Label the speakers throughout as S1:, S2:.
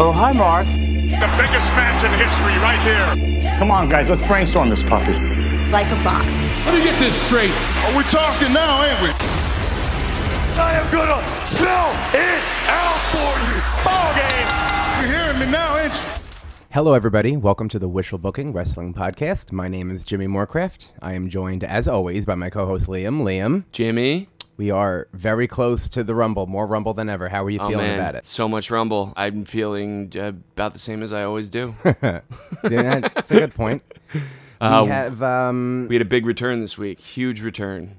S1: Oh, hi, Mark.
S2: The biggest match in history right here.
S3: Come on, guys, let's brainstorm this puppy.
S4: Like a boss.
S5: Let me get this straight.
S6: Are we talking now, ain't we?
S7: I am gonna spell it out for you.
S2: Ball game.
S6: You hearing me now, ain't you?
S8: Hello, everybody. Welcome to the Wishful Booking Wrestling Podcast. My name is Jimmy Moorcraft. I am joined, as always, by my co host Liam. Liam,
S9: Jimmy.
S8: we are very close to the Rumble, more Rumble than ever. How are you
S9: Oh
S8: feeling
S9: man,
S8: about it?
S9: so much rumble. I'm feeling uh, about the same as I always do.
S8: Yeah, that's a good point.
S9: Uh,
S8: we have, um,
S9: we had a big return this week, huge return.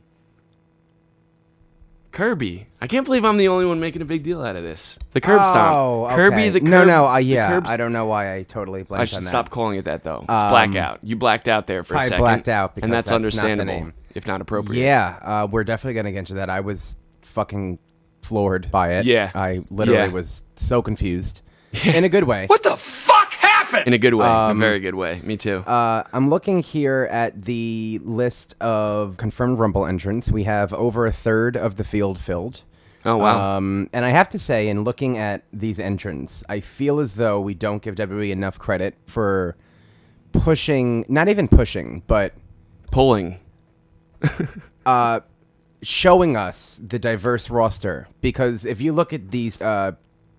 S9: Kirby, I can't believe I'm the only one making a big deal out of this. The curb stomp.
S8: oh, okay.
S9: Kirby, the curb,
S8: no, no, uh,
S9: the
S8: yeah,
S9: curb-
S8: I don't know why I totally blanked
S9: I should
S8: on that.
S9: stop calling it that though. It's
S8: Um,
S9: blackout. You blacked out there for a
S8: I
S9: second.
S8: blacked out because
S9: and that's,
S8: that's not the
S9: understandable,
S8: name.
S9: if not appropriate.
S8: Yeah, uh, we're definitely gonna get into that. I was fucking floored by it.
S9: Yeah.
S8: I literally
S9: Yeah.
S8: was so confused in a good way.
S7: What the fuck happened?
S9: in a good way, a very good way. Me too.
S8: Um, Uh, I'm looking here at the list of confirmed Rumble entrants. We have over a third of the field filled.
S9: oh wow.
S8: Um, and I have to say, in looking at these entrants, I feel as though we don't give WWE enough credit for pushing, not even pushing, but
S9: Pulling.
S8: showing us the diverse roster because if you look at these uh,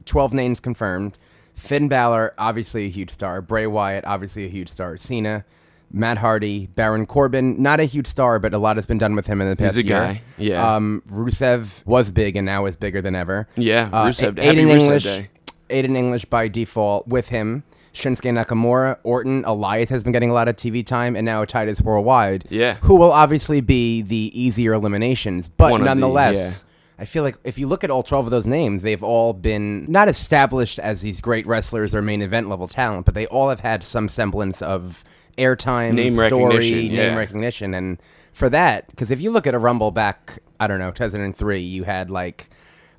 S8: 12 names confirmed, Finn Balor, obviously a huge star. Bray Wyatt, obviously a huge star. Cena, Matt Hardy, Baron Corbin, not a huge star, but a lot has been done with him in the past
S9: a
S8: year.
S9: guy, yeah.
S8: Um, Rusev was big and now is bigger than ever. Uh,
S9: Yeah, Rusev-
S8: A-
S9: happy
S8: Aiden
S9: Rusev
S8: English,
S9: Day.
S8: Aiden English by default with him. Shinsuke Nakamura, Orton, Elias has been getting a lot of TV time, and now Titus Worldwide.
S9: Yeah.
S8: Who will obviously be the easier eliminations, but
S9: One of the-
S8: nonetheless,
S9: yeah.
S8: I feel like if you look at all 12 of those names, they've all been not established as these great wrestlers or main event level talent, but they all have had some semblance of airtime,
S9: Name
S8: story,
S9: recognition,
S8: name
S9: yeah.
S8: recognition. And for that, because if you look at a Rumble back, I don't know, 2003, you had like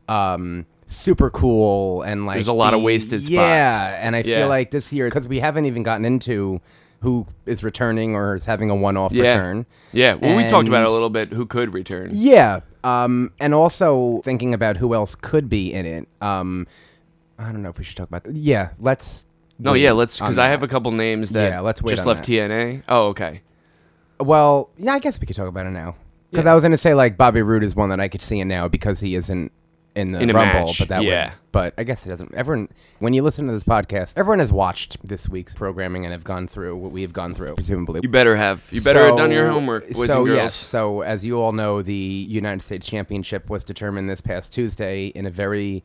S8: um, super cool and like.
S9: There's a lot of
S8: the-
S9: wasted spots.
S8: Yeah. And I
S9: Yeah.
S8: feel like this year, because we haven't even gotten into who is returning or is having a one off
S9: yeah.
S8: return.
S9: Yeah. Well, we talked about it
S8: And-
S9: a little bit. Who could return?
S8: yeah. Um, and also thinking about who else could be in it. Um, I don't know if we should talk about. Yeah, let's.
S9: No,
S8: wait
S9: yeah, let's
S8: on
S9: because I
S8: that.
S9: have a couple names that
S8: Yeah, let's wait
S9: just
S8: on
S9: left
S8: that.
S9: TNA. Oh, okay.
S8: Well, yeah, I guess we could talk about it now. Because
S9: Yeah.
S8: I was going to say like Bobby Roode is one that I could see in now because he isn't in the
S9: In a
S8: Rumble,
S9: match,
S8: but that
S9: yeah.
S8: would. But I guess it doesn't. Everyone, when you listen to this podcast, everyone has watched this week's programming and have gone through what we have gone through, presumably.
S9: You better have. You better have done your
S8: So-
S9: homework, boys
S8: so
S9: and girls.
S8: yes, so as you all know, the United States Championship was determined this past Tuesday in a very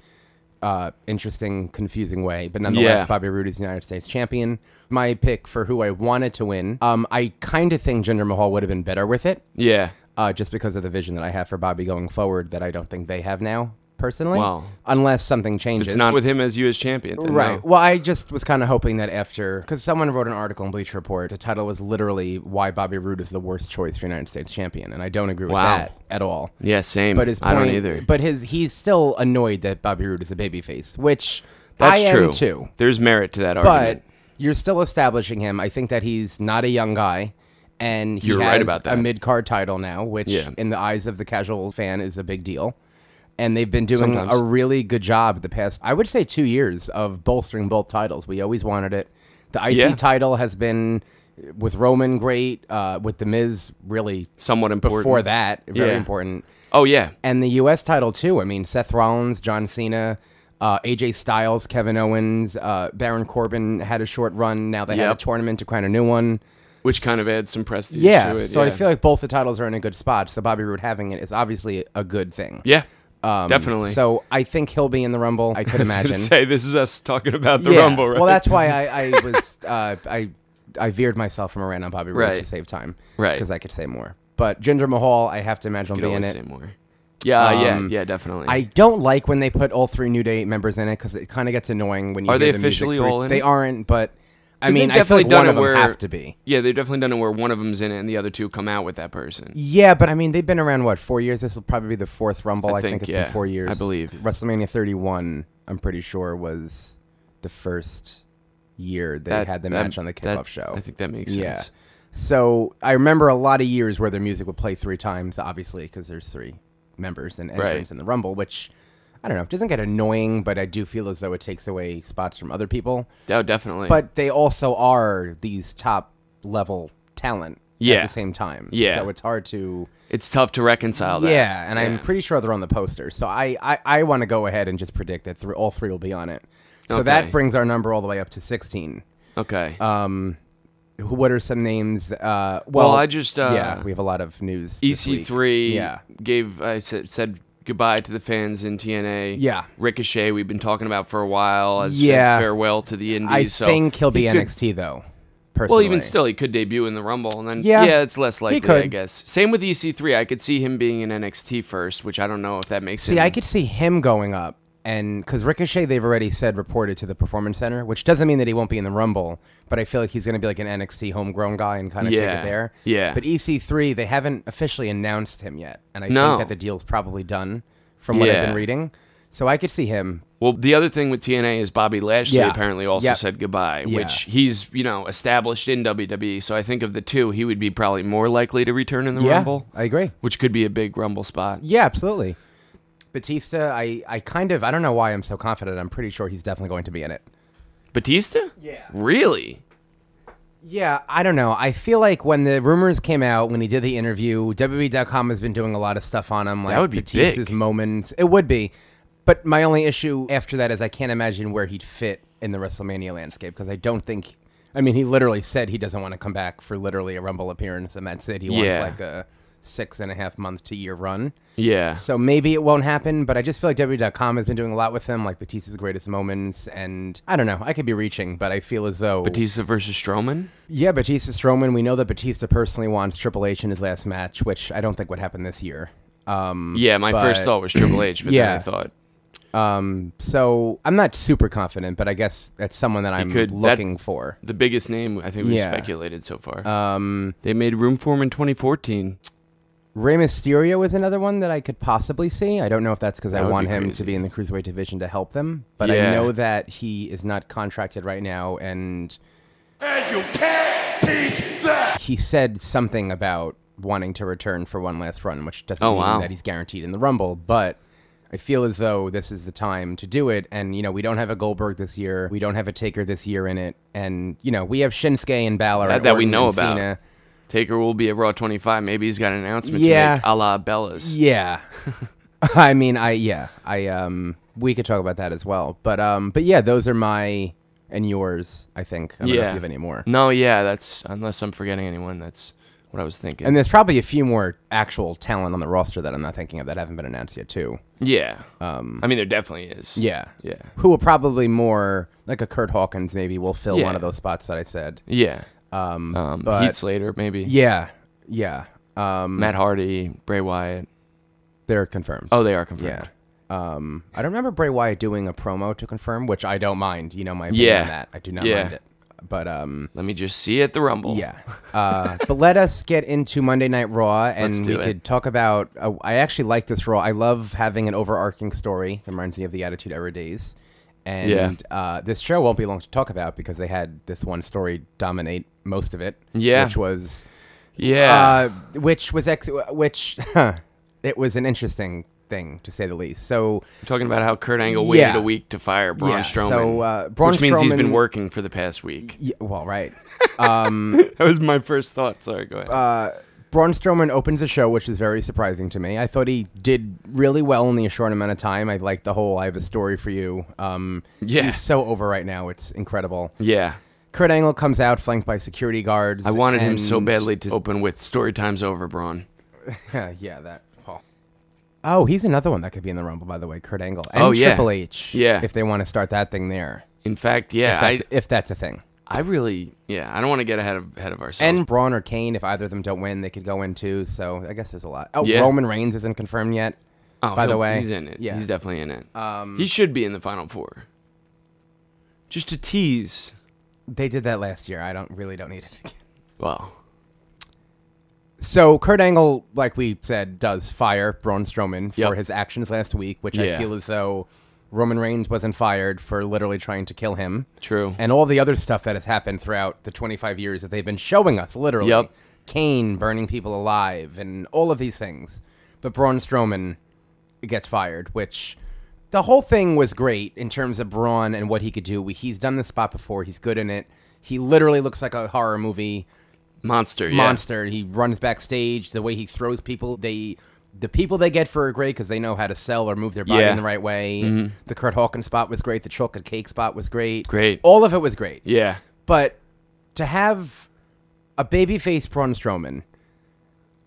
S8: uh, interesting, confusing way. But nonetheless,
S9: Yeah.
S8: Bobby Roode is the United States champion. My pick for who I wanted to win. Um, I kind of think Jinder Mahal would have been better with it,
S9: Yeah.
S8: uh, just because of the vision that I have for Bobby going forward that I don't think they have now, personally.
S9: Wow.
S8: Unless something changes.
S9: It's not with him as U.S. champion. then
S8: Right.
S9: no.
S8: Well, I just was kind of hoping that after, because someone wrote an article in Bleach Report, the title was literally "Why Bobby Roode is the Worst Choice for United States Champion," and I don't agree with
S9: Wow.
S8: that at all.
S9: Yeah, same.
S8: But his
S9: I
S8: point,
S9: don't either.
S8: But his he's still annoyed that Bobby Roode is a babyface, which
S9: That's
S8: I
S9: true
S8: am too.
S9: There's merit to that
S8: But
S9: argument.
S8: you're still establishing him. I think that he's not a young guy. And he
S9: You're
S8: has
S9: right about that.
S8: a mid card title now, which
S9: Yeah.
S8: in the eyes of the casual fan is a big deal. And they've been doing
S9: Sometimes.
S8: a really good job the past, I would say, two years of bolstering both titles. We always wanted it. The IC
S9: Yeah.
S8: title has been with Roman great, uh, with The Miz really
S9: Somewhat important.
S8: before that, very
S9: Yeah.
S8: important.
S9: oh yeah.
S8: And the U.S. title too. I mean, Seth Rollins, John Cena, uh, AJ Styles, Kevin Owens, uh, Baron Corbin had a short run. Now they had a
S9: Yep.
S8: tournament to crown a new one.
S9: Which kind of adds some prestige
S8: Yeah.
S9: to it.
S8: so I
S9: yeah.
S8: feel like both the titles are in a good spot. So Bobby Roode having it is obviously a good thing.
S9: Yeah.
S8: Um,
S9: definitely.
S8: So I think he'll be in the Rumble. I could
S9: I was gonna
S8: imagine.
S9: Say this is us talking about the
S8: Yeah.
S9: Rumble. Right?
S8: Well, that's why I, I was uh, I I veered myself from a rant on Bobby Roode to
S9: Right.
S8: save time.
S9: Right.
S8: Because I could say more. But Jinder Mahal, I have to imagine
S9: You
S8: will
S9: could
S8: be in
S9: always
S8: it.
S9: say more. Yeah. yeah.
S8: Um,
S9: Yeah. Definitely.
S8: I don't like when they put all three New Day members in it because it kind of gets annoying when you
S9: Are
S8: hear
S9: they
S8: the
S9: officially
S8: music through-
S9: all in
S8: They
S9: it?
S8: aren't, but I
S9: 'Cause
S8: mean,
S9: they've
S8: I feel
S9: definitely
S8: like
S9: done
S8: one
S9: it
S8: of them
S9: where-
S8: have to be.
S9: Yeah, they've definitely done it where one of them's in it and the other two come out with that person.
S8: Yeah, but I mean, they've been around what four years. This will probably be the fourth Rumble. I,
S9: I think,
S8: it's
S9: yeah,
S8: been four years.
S9: I believe.
S8: WrestleMania 31. I'm pretty sure was the first year they
S9: That-
S8: had the
S9: that-
S8: match on the
S9: that-
S8: kickoff show.
S9: I think that makes
S8: Yeah.
S9: sense.
S8: So I remember a lot of years where their music would play three times, obviously, because there's three members and entrants
S9: Right.
S8: in the Rumble, which I don't know. It doesn't get annoying, but I do feel as though it takes away spots from other people.
S9: Oh, definitely.
S8: But they also are these top level talent at
S9: Yeah.
S8: the same time.
S9: Yeah.
S8: So it's hard to
S9: it's tough to reconcile that.
S8: Yeah, and I'm pretty sure they're on the poster. So I I, I want to go ahead and just predict that three, all three will be on it. So that
S9: Okay.
S8: brings our number all the way up to 16.
S9: Okay.
S8: Who- What are some names? Uh, well,
S9: Well, I just, uh, E
S8: yeah, we have a lot of news. this week.
S9: EC3
S8: yeah,
S9: gave I said, said goodbye to the fans in TNA.
S8: Yeah.
S9: Ricochet we've been talking about for a while as a
S8: Yeah.
S9: farewell to the Indies.
S8: I
S9: so
S8: think he'll be
S9: he could-
S8: NXT though.
S9: Well,
S8: Personally,
S9: even still, he could debut in the Rumble, and then
S8: Yeah.
S9: yeah, it's less
S8: He
S9: likely, I
S8: could.
S9: guess. Same with EC3. I could see him being in NXT first, which I don't know if that makes
S8: See,
S9: him-
S8: I could see him going up, and because Ricochet, they've already said reported to the Performance Center, which doesn't mean that he won't be in the Rumble, but I feel like he's going to be like an NXT homegrown guy and kind of take
S9: Yeah,
S8: it there.
S9: yeah.
S8: But EC3, they haven't officially announced him yet, and I
S9: No.
S8: think that the deal's probably done from what I've
S9: Yeah.
S8: been reading. So I could see him.
S9: Well, the other thing with TNA is Bobby Lashley
S8: Yeah.
S9: apparently also
S8: Yep.
S9: said goodbye,
S8: Yeah.
S9: which he's you know established in WWE. So I think of the two, he would be probably more likely to return in the
S8: Yeah,
S9: Rumble,
S8: I agree.
S9: which could be a big Rumble spot.
S8: Yeah, absolutely. Batista, I, I kind of I don't know why I'm so confident. I'm pretty sure he's definitely going to be in it.
S9: Batista? Yeah. Really?
S8: Yeah, I don't know. I feel like when the rumors came out, when he did the interview, WWE.com has been doing a lot of stuff on him, like
S9: would be
S8: Batista's
S9: big.
S8: moments. It would be, but my only issue after that is I can't imagine where he'd fit in the WrestleMania landscape because I don't think. I mean, he literally said he doesn't want to come back for literally a Rumble appearance, and that's it. He wants
S9: Yeah.
S8: like a six and a half month to year run.
S9: Yeah.
S8: So maybe it won't happen, but I just feel like WWE.com has been doing a lot with him, like Batista's greatest moments, and I don't know. I could be reaching, but I feel as though
S9: Batista versus Strowman?
S8: yeah, Batista Strowman. We know that Batista personally wants Triple H in his last match, which I don't think would happen this year. Um,
S9: Yeah, my first
S8: But-
S9: thought was Triple H, but then I
S8: Yeah.
S9: thought
S8: so I'm not super confident, but I guess that's someone that I'm
S9: could- that-
S8: looking for.
S9: the biggest name I think we've
S8: Yeah.
S9: speculated so far. Um, they made room for him in 2014.
S8: Rey Mysterio is another one that I could possibly see. I don't know if that's because I
S9: That would
S8: want
S9: be
S8: him to
S9: crazy.
S8: be in the cruiserweight division to help them, but I
S9: Yeah.
S8: know that he is not contracted right now, and
S7: And you can't teach that.
S8: he said something about wanting to return for one last run, which doesn't
S9: Oh,
S8: mean
S9: wow.
S8: that he's guaranteed in the Rumble, but I feel as though this is the time to do it. And, you know, we don't have a Goldberg this year. We don't have a Taker this year in it. And, you know, we have Shinsuke and Balor.
S9: That-
S8: and
S9: that we
S8: Orton
S9: know
S8: and
S9: about.
S8: Cena.
S9: Taker will be at Raw 25. Maybe he's got an announcement
S8: Yeah.
S9: to make a la Bellas.
S8: Yeah. I mean, I, yeah. I, um, we could talk about that as well. But, um, but yeah, those are my and yours, I think. I don't know if you have any more.
S9: No, yeah, that's unless I'm forgetting anyone. That's what I was thinking.
S8: And there's probably a few more actual talent on the roster that I'm not thinking of that haven't been announced yet, too.
S9: yeah, um, I mean there definitely is.
S8: Yeah.
S9: yeah,
S8: Who will probably more like a Kurt Hawkins maybe will fill
S9: Yeah.
S8: one of those spots that I said.
S9: yeah. Um, Heath Slater maybe.
S8: Yeah. Yeah. Um
S9: Matt Hardy, Bray Wyatt.
S8: they're confirmed.
S9: Oh, they are confirmed.
S8: yeah. Um I don't remember Bray Wyatt doing a promo to confirm, which I don't mind. You know my opinion
S9: Yeah.
S8: on that. I do not
S9: Yeah.
S8: mind it. But um
S9: Let me just see at the Rumble.
S8: yeah. Uh but let us get into Monday Night Raw and
S9: Let's
S8: we
S9: do it.
S8: could talk about uh, I actually like this Raw. I love having an overarching story. It reminds me of the Attitude Era days. And
S9: Yeah.
S8: uh, this show won't be long to talk about because they had this one story dominate most of it.
S9: Yeah.
S8: which was
S9: yeah.
S8: uh, which was ex- which it was an interesting thing to say the least. So
S9: Talking about how Kurt Angle waited
S8: yeah.
S9: a week to fire Braun
S8: Yeah,
S9: Strowman,
S8: so, uh, Braun
S9: which means he's been
S8: Strowman-
S9: working for the past week.
S8: yeah, well, right.
S9: That was my first thought. Sorry, go ahead.
S8: Uh, Braun Strowman opens the show, which is very surprising to me. I thought he did really well in the short amount of time. I like the whole "I have a story for you." Um,
S9: Yeah.
S8: he's so over right now; it's incredible.
S9: yeah,
S8: Kurt Angle comes out flanked by security guards.
S9: I wanted him so
S8: and-
S9: badly to open with "Story time's over, Braun."
S8: Yeah, yeah, that. Oh. Oh, he's another one that could be in the Rumble, by the way, Kurt Angle and
S9: Oh, yeah.
S8: Triple H.
S9: Yeah.
S8: if they want to start that thing there,
S9: In fact, yeah, I,
S8: That's- if that's a thing.
S9: I really, yeah, I don't want to get ahead of ahead of ourselves.
S8: and Braun or Kane, if either of them don't win, they could go in too. So I guess there's a lot. Oh,
S9: Yeah.
S8: Roman Reigns isn't confirmed yet.
S9: Oh,
S8: by the
S9: he'll-
S8: way,
S9: he's in it.
S8: Yeah,
S9: he's definitely in it. Um, he should be in the final four. Just to tease.
S8: they did that last year. I don't really don't need it again.
S9: Well,
S8: So Kurt Angle, like we said, does fire Braun Strowman for
S9: Yep.
S8: his actions last week, which I
S9: Yeah.
S8: feel as though Roman Reigns wasn't fired for literally trying to kill him.
S9: True.
S8: And all the other stuff that has happened throughout the 25 years that they've been showing us, literally.
S9: Yep.
S8: Kane burning people alive and all of these things. But Braun Strowman gets fired, which the whole thing was great in terms of Braun and what he could do. We, he's done this spot before. He's good in it. He literally looks like a horror movie
S9: Monster, yeah.
S8: monster. He runs backstage. The way he throws people, they the people they get for are great because they know how to sell or move their body
S9: Yeah. Mm-hmm.
S8: in the right way. The Kurt Hawkins spot was great. The chocolate cake spot was great.
S9: Great.
S8: All of it was great.
S9: Yeah.
S8: But to have a babyface Braun Strowman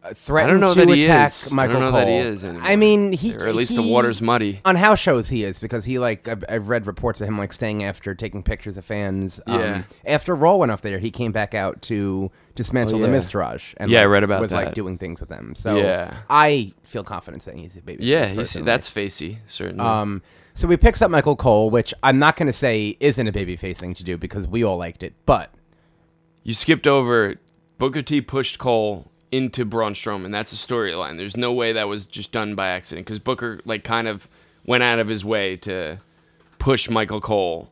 S8: uh, threaten
S9: know
S8: to
S9: that he
S8: attack
S9: is. I
S8: Michael
S9: don't know
S8: Cole,
S9: that he is anymore.
S8: I mean, he
S9: Or at least the
S8: he-
S9: water's muddy.
S8: on house shows. He is because he like I've, I've read reports of him like staying after taking pictures of fans. um,
S9: Yeah.
S8: After Raw went off there, he came back out to dismantle
S9: Oh,
S8: the
S9: yeah.
S8: Mistrage and
S9: Yeah, I
S8: like,
S9: read about
S8: was like
S9: that.
S8: doing things with them. So
S9: Yeah.
S8: I feel confident saying he's a baby.
S9: Yeah,
S8: face
S9: he's,
S8: personally.
S9: that's facey, certainly.
S8: Um, so we picks up Michael Cole, which I'm not going to say isn't a babyface thing to do because we all liked it, but
S9: you skipped over Booker T pushed Cole into Braun Strowman. That's a storyline. There's no way that was just done by accident because Booker like kind of went out of his way to push Michael Cole,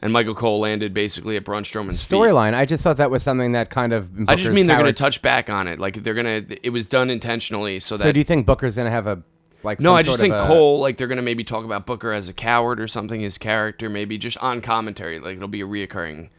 S9: and Michael Cole landed basically at Braun Strowman's feet.
S8: storyline. I just thought that was something that kind of.
S9: I just mean they're
S8: going
S9: gonna touch back on it. Like they're gonna. It was done intentionally so that.
S8: So do you think Booker's going to have a like?
S9: no,
S8: some
S9: I just
S8: sort
S9: think
S8: of a-
S9: Cole, like, they're going to maybe talk about Booker as a coward or something, his character, maybe just on commentary. Like, it'll be a reoccurring.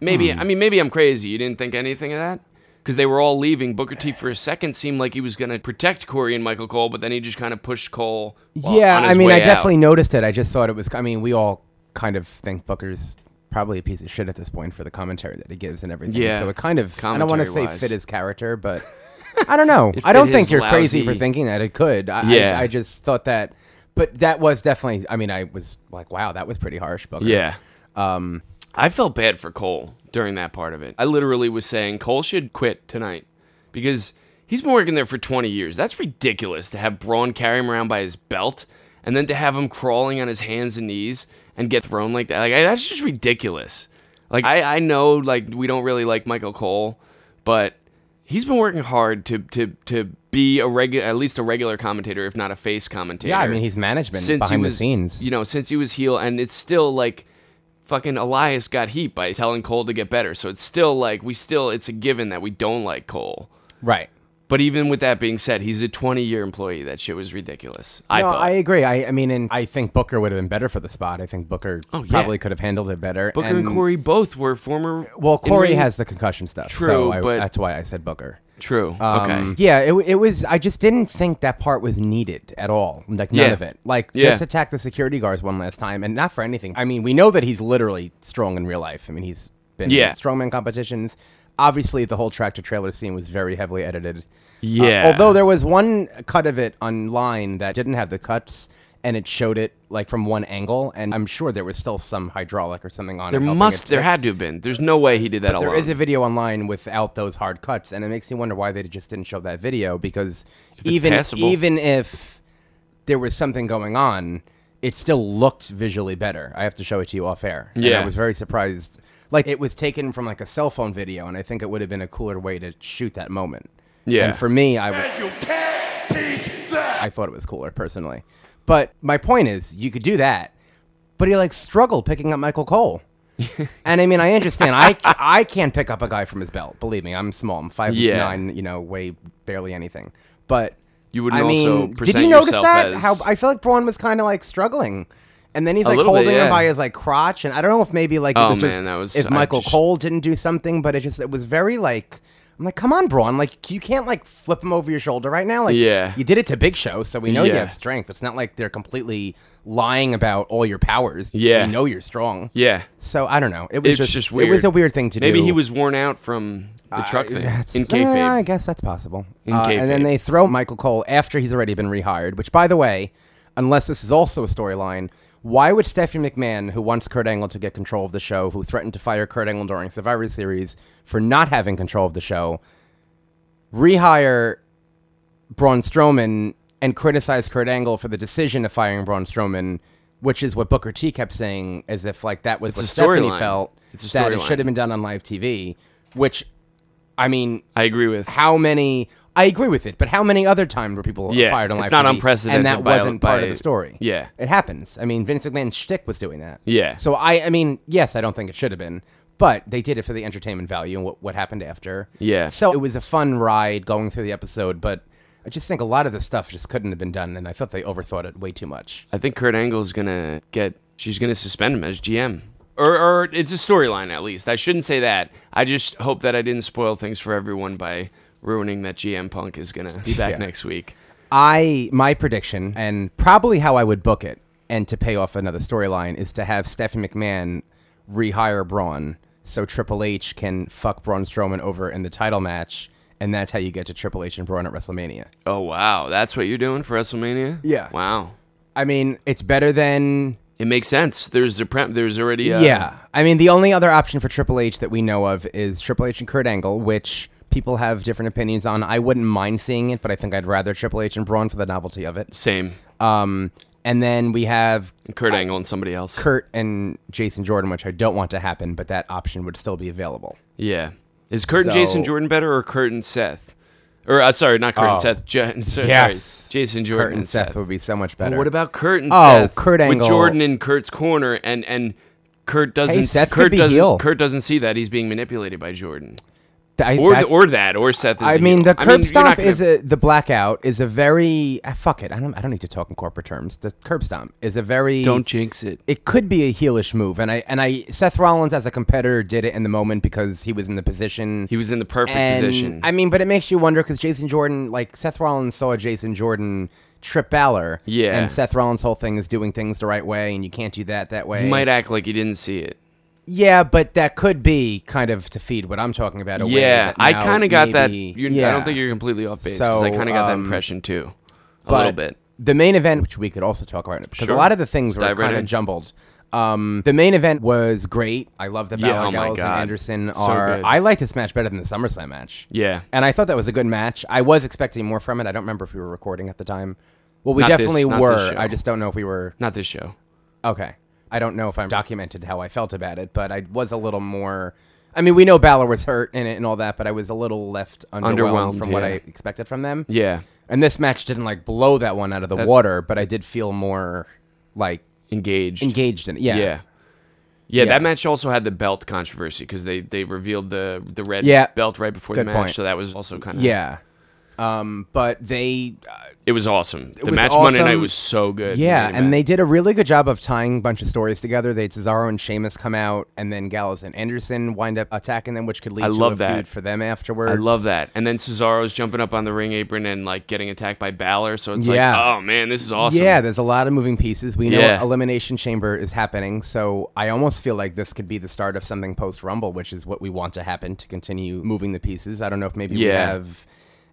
S9: Maybe,
S8: Hmm.
S9: I mean, maybe I'm crazy. You didn't think anything of that? Because they were all leaving. Booker T, for a second, seemed like he was going to protect Corey and Michael Cole, but then he just kind of pushed Cole. while-
S8: yeah,
S9: on
S8: I
S9: his
S8: mean,
S9: way
S8: I
S9: out.
S8: definitely noticed it. I just thought it was. I mean, we all kind of think Booker's probably a piece of shit at this point for the commentary that he gives and everything.
S9: Yeah,
S8: So it kind of. I don't want to say
S9: commentary-wise.
S8: fit his character, but I don't know. I
S9: fit
S8: don't
S9: his
S8: think you're crazy for
S9: lousy-
S8: thinking that it could. I,
S9: Yeah.
S8: I, I just thought that, but that was definitely. I mean, I was like, wow, that was pretty harsh, Booker.
S9: Yeah. Um, I felt bad for Cole during that part of it. I literally was saying Cole should quit tonight because he's been working there for 20 years. That's ridiculous to have Braun carry him around by his belt and then to have him crawling on his hands and knees and get thrown like that. Like I, that's just ridiculous. Like I, I know like we don't really like Michael Cole, but he's been working hard to to to be a regular at least a regular commentator if not a face commentator
S8: Yeah, I mean, he's management
S9: since he
S8: behind the
S9: was,
S8: scenes.
S9: You know, since he was heel, and it's still like fucking Elias got heat by telling Cole to get better. So it's still like we still it's a given that we don't like Cole.
S8: right.
S9: But even with that being said, he's a 20 year employee. That shit was ridiculous. I
S8: no,
S9: thought.
S8: I agree. I, I mean, and I think Booker would have been better for the spot. I think Booker
S9: Oh, yeah.
S8: probably could have handled it better.
S9: Booker and, Corey both were former.
S8: Well, Corey
S9: in-ring-
S8: has the concussion stuff. so
S9: True,
S8: I,
S9: but-
S8: that's why I said Booker.
S9: True.
S8: Um,
S9: okay.
S8: Yeah, it, w- it was. I just didn't think that part was needed at all. Like none
S9: Yeah.
S8: of it. Like
S9: Yeah.
S8: just attack the security guards one last time, and not for anything. I mean, we know that he's literally strong in real life. I mean, he's been
S9: Yeah.
S8: in strongman competitions. Obviously, the whole tractor trailer scene was very heavily edited. Uh,
S9: Yeah.
S8: although there was one cut of it online that didn't have the cuts. And it showed it like from one angle, and I'm sure there was still some hydraulic or something on
S9: There
S8: it. helping
S9: must.
S8: it
S9: There
S8: stick.
S9: had to have been. There's no way he did that
S8: But
S9: alone.
S8: there is a video online without those hard cuts, and it makes me wonder why they just didn't show that video because even
S9: passable.
S8: even if there was something going on, it still looked visually better. I have to show it to you off air. And
S9: Yeah.
S8: I was very surprised. Like it was taken from like a cell phone video, and I think it would have been a cooler way to shoot that moment.
S9: Yeah.
S8: and for me, I w-
S7: And you can't teach that.
S8: I thought it was cooler personally. But my point is, you could do that, but he like struggled picking up Michael Cole. and I mean, I understand. I I can't pick up a guy from his belt. Believe me, I'm small. I'm five
S9: Yeah.
S8: nine. You know, weigh barely anything. But
S9: You wouldn't
S8: I mean,
S9: also
S8: did
S9: present
S8: you notice
S9: yourself
S8: that?
S9: as-
S8: How I feel like Braun was kind of like struggling. And then he's
S9: A
S8: like
S9: little bit,
S8: holding him
S9: yeah.
S8: by his like crotch, and I don't know if maybe like it
S9: Oh,
S8: was just
S9: man, that was-
S8: if
S9: I
S8: Michael
S9: just-
S8: Cole didn't do something, but it just it was very like I'm like, come on, Braun, like you can't like flip him over your shoulder right now, like
S9: Yeah.
S8: you did it to Big Show, so we know you
S9: Yeah.
S8: have strength. It's not like they're completely lying about all your powers.
S9: Yeah.
S8: we know you're strong.
S9: Yeah.
S8: So I don't know. It was
S9: It's
S8: just,
S9: just, weird.
S8: It was a weird thing to do.
S9: Maybe he was worn out from the truck thing
S8: That's-
S9: in
S8: yeah, I
S9: kayfabe.
S8: guess that's possible.
S9: In
S8: Uh, and then
S9: kayfabe.
S8: they throw Michael Cole after he's already been rehired. Which, by the way, unless this is also a storyline, why would Stephanie McMahon, who wants Kurt Angle to get control of the show, who threatened to fire Kurt Angle during Survivor Series for not having control of the show, rehire Braun Strowman and criticize Kurt Angle for the decision of firing Braun Strowman? Which is what Booker T kept saying, as if like that was
S9: It's
S8: what
S9: a
S8: Stephanie
S9: storyline.
S8: felt
S9: It's a
S8: that it
S9: storyline.
S8: should have been done on live TV. Which, I mean,
S9: I agree with.
S8: how many I agree with it, but how many other times were people
S9: Yeah,
S8: fired on live
S9: it's not
S8: TV,
S9: unprecedented
S8: and that
S9: by-
S8: wasn't part of
S9: by-
S8: the story.
S9: yeah.
S8: it happens. I mean, Vince McMahon's shtick was doing that.
S9: Yeah.
S8: So I, I mean, yes, I don't think it should have been, but they did it for the entertainment value and what what happened after.
S9: Yeah.
S8: So it was a fun ride going through the episode, but I just think a lot of this stuff just couldn't have been done, and I thought they overthought it way too much.
S9: I think Kurt Angle is gonna get. She's gonna suspend him as GM, or or it's a storyline at least. I shouldn't say that. I just hope that I didn't spoil things for everyone by ruining that GM Punk is gonna be back
S8: Yeah.
S9: next week.
S8: I my prediction and probably how I would book it and to pay off another storyline is to have Stephanie McMahon rehire Braun so Triple H can fuck Braun Strowman over in the title match, and that's how you get to Triple H and Braun at WrestleMania.
S9: Oh wow, that's what you're doing for WrestleMania?
S8: Yeah.
S9: Wow,
S8: I mean, it's better than
S9: it makes sense. There's the prep. There's already uh, a,
S8: Yeah. I mean, the only other option for Triple H that we know of is Triple H and Kurt Angle, which people have different opinions on. I wouldn't mind seeing it, but I think I'd rather Triple H and Braun for the novelty of it.
S9: same
S8: Um, and then we have
S9: Kurt Angle and somebody else.
S8: Kurt and Jason Jordan, which I don't want to happen, but that option would still be available.
S9: Yeah. Is Kurt and
S8: So-
S9: Jason Jordan better or Kurt and Seth? Or uh, sorry, not Kurt
S8: Oh.
S9: and Seth. Ja- so-
S8: Yes.
S9: Sorry, Jason Jordan
S8: Kurt and Seth, would be so much better.
S9: What about Kurt and
S8: Oh,
S9: Seth?
S8: Kurt Angle.
S9: with Jordan in Kurt's corner and and Kurt doesn't.
S8: Seth could
S9: Kurt
S8: be
S9: doesn't.
S8: heel.
S9: Kurt doesn't see that he's being manipulated by Jordan,
S8: I,
S9: or
S8: that-
S9: th- or that, or Seth. Is
S8: I
S9: a
S8: mean,
S9: heel.
S8: the
S9: I
S8: curb
S9: you're not
S8: stomp
S9: gonna-
S8: is a the blackout is a very ah, fuck it. I don't I don't need to talk in corporate terms. The curb stomp is a very
S9: Don't jinx it.
S8: it could be a heelish move, and I and I Seth Rollins as a competitor did it in the moment because he was in the position.
S9: He was in the perfect
S8: and,
S9: position.
S8: I mean, but it makes you wonder because Jason Jordan, like Seth Rollins, saw Jason Jordan trip Balor.
S9: Yeah.
S8: and Seth Rollins' whole thing is doing things the right way, and you can't do that that way.
S9: He might act like he didn't see it.
S8: yeah, but that could be kind of to feed what I'm talking about. A way
S9: Yeah,
S8: that
S9: I
S8: now
S9: kind of got that.
S8: maybe-
S9: You're, I
S8: Yeah.
S9: don't think you're completely off base because I
S8: So,
S9: kind of got that
S8: um,
S9: impression too, a
S8: but
S9: little bit.
S8: The main event, which we could also talk about, because
S9: Sure.
S8: a lot of the things were
S9: Dive right
S8: kind
S9: in.
S8: of jumbled. Um, the main event was great. I love that
S9: Yeah,
S8: Balor
S9: oh my
S8: Gallows and
S9: God.
S8: Anderson
S9: So
S8: are.
S9: good.
S8: I like this match better than the SummerSlam match.
S9: Yeah.
S8: and I thought that was a good match. I was expecting more from it. I don't remember if we were recording at the time. Well, we
S9: Not this-
S8: definitely
S9: not this
S8: were.
S9: show.
S8: I just don't know if we were.
S9: Not this show.
S8: Okay, I don't know if I'm documented how I felt about it, but I was a little more. I mean, we know Balor was hurt in it and all that, but I was a little left underwhelmed,
S9: Underwhelmed,
S8: from what
S9: yeah.
S8: I expected from them.
S9: Yeah,
S8: And this match didn't like blow that one out of the water, but I did feel more like
S9: engaged.
S8: engaged in it. Yeah.
S9: Yeah. yeah. that
S8: Yeah.
S9: match also had the belt controversy because they, they revealed the the red
S8: Yeah.
S9: belt right before
S8: Good
S9: the match,
S8: point.
S9: so that was also kind of
S8: Yeah. Um, but they,
S9: It was awesome. The
S8: was
S9: match Monday night
S8: awesome.
S9: was so good.
S8: yeah,
S9: Monday
S8: and
S9: night.
S8: they did a really good job of tying a bunch of stories together. They had Cesaro and Sheamus come out, and then Gallows and Anderson wind up attacking them, which could lead
S9: I
S8: to a
S9: love that.
S8: feud for them afterwards.
S9: I love that. And then Cesaro's jumping up on the ring apron and like getting attacked by Balor, so it's
S8: Yeah.
S9: like, oh man, this is awesome.
S8: Yeah, there's a lot of moving pieces. We know
S9: Yeah.
S8: Elimination Chamber is happening, so I almost feel like this could be the start of something post Rumble, which is what we want to happen to continue moving the pieces. I don't know if maybe we
S9: Yeah.
S8: have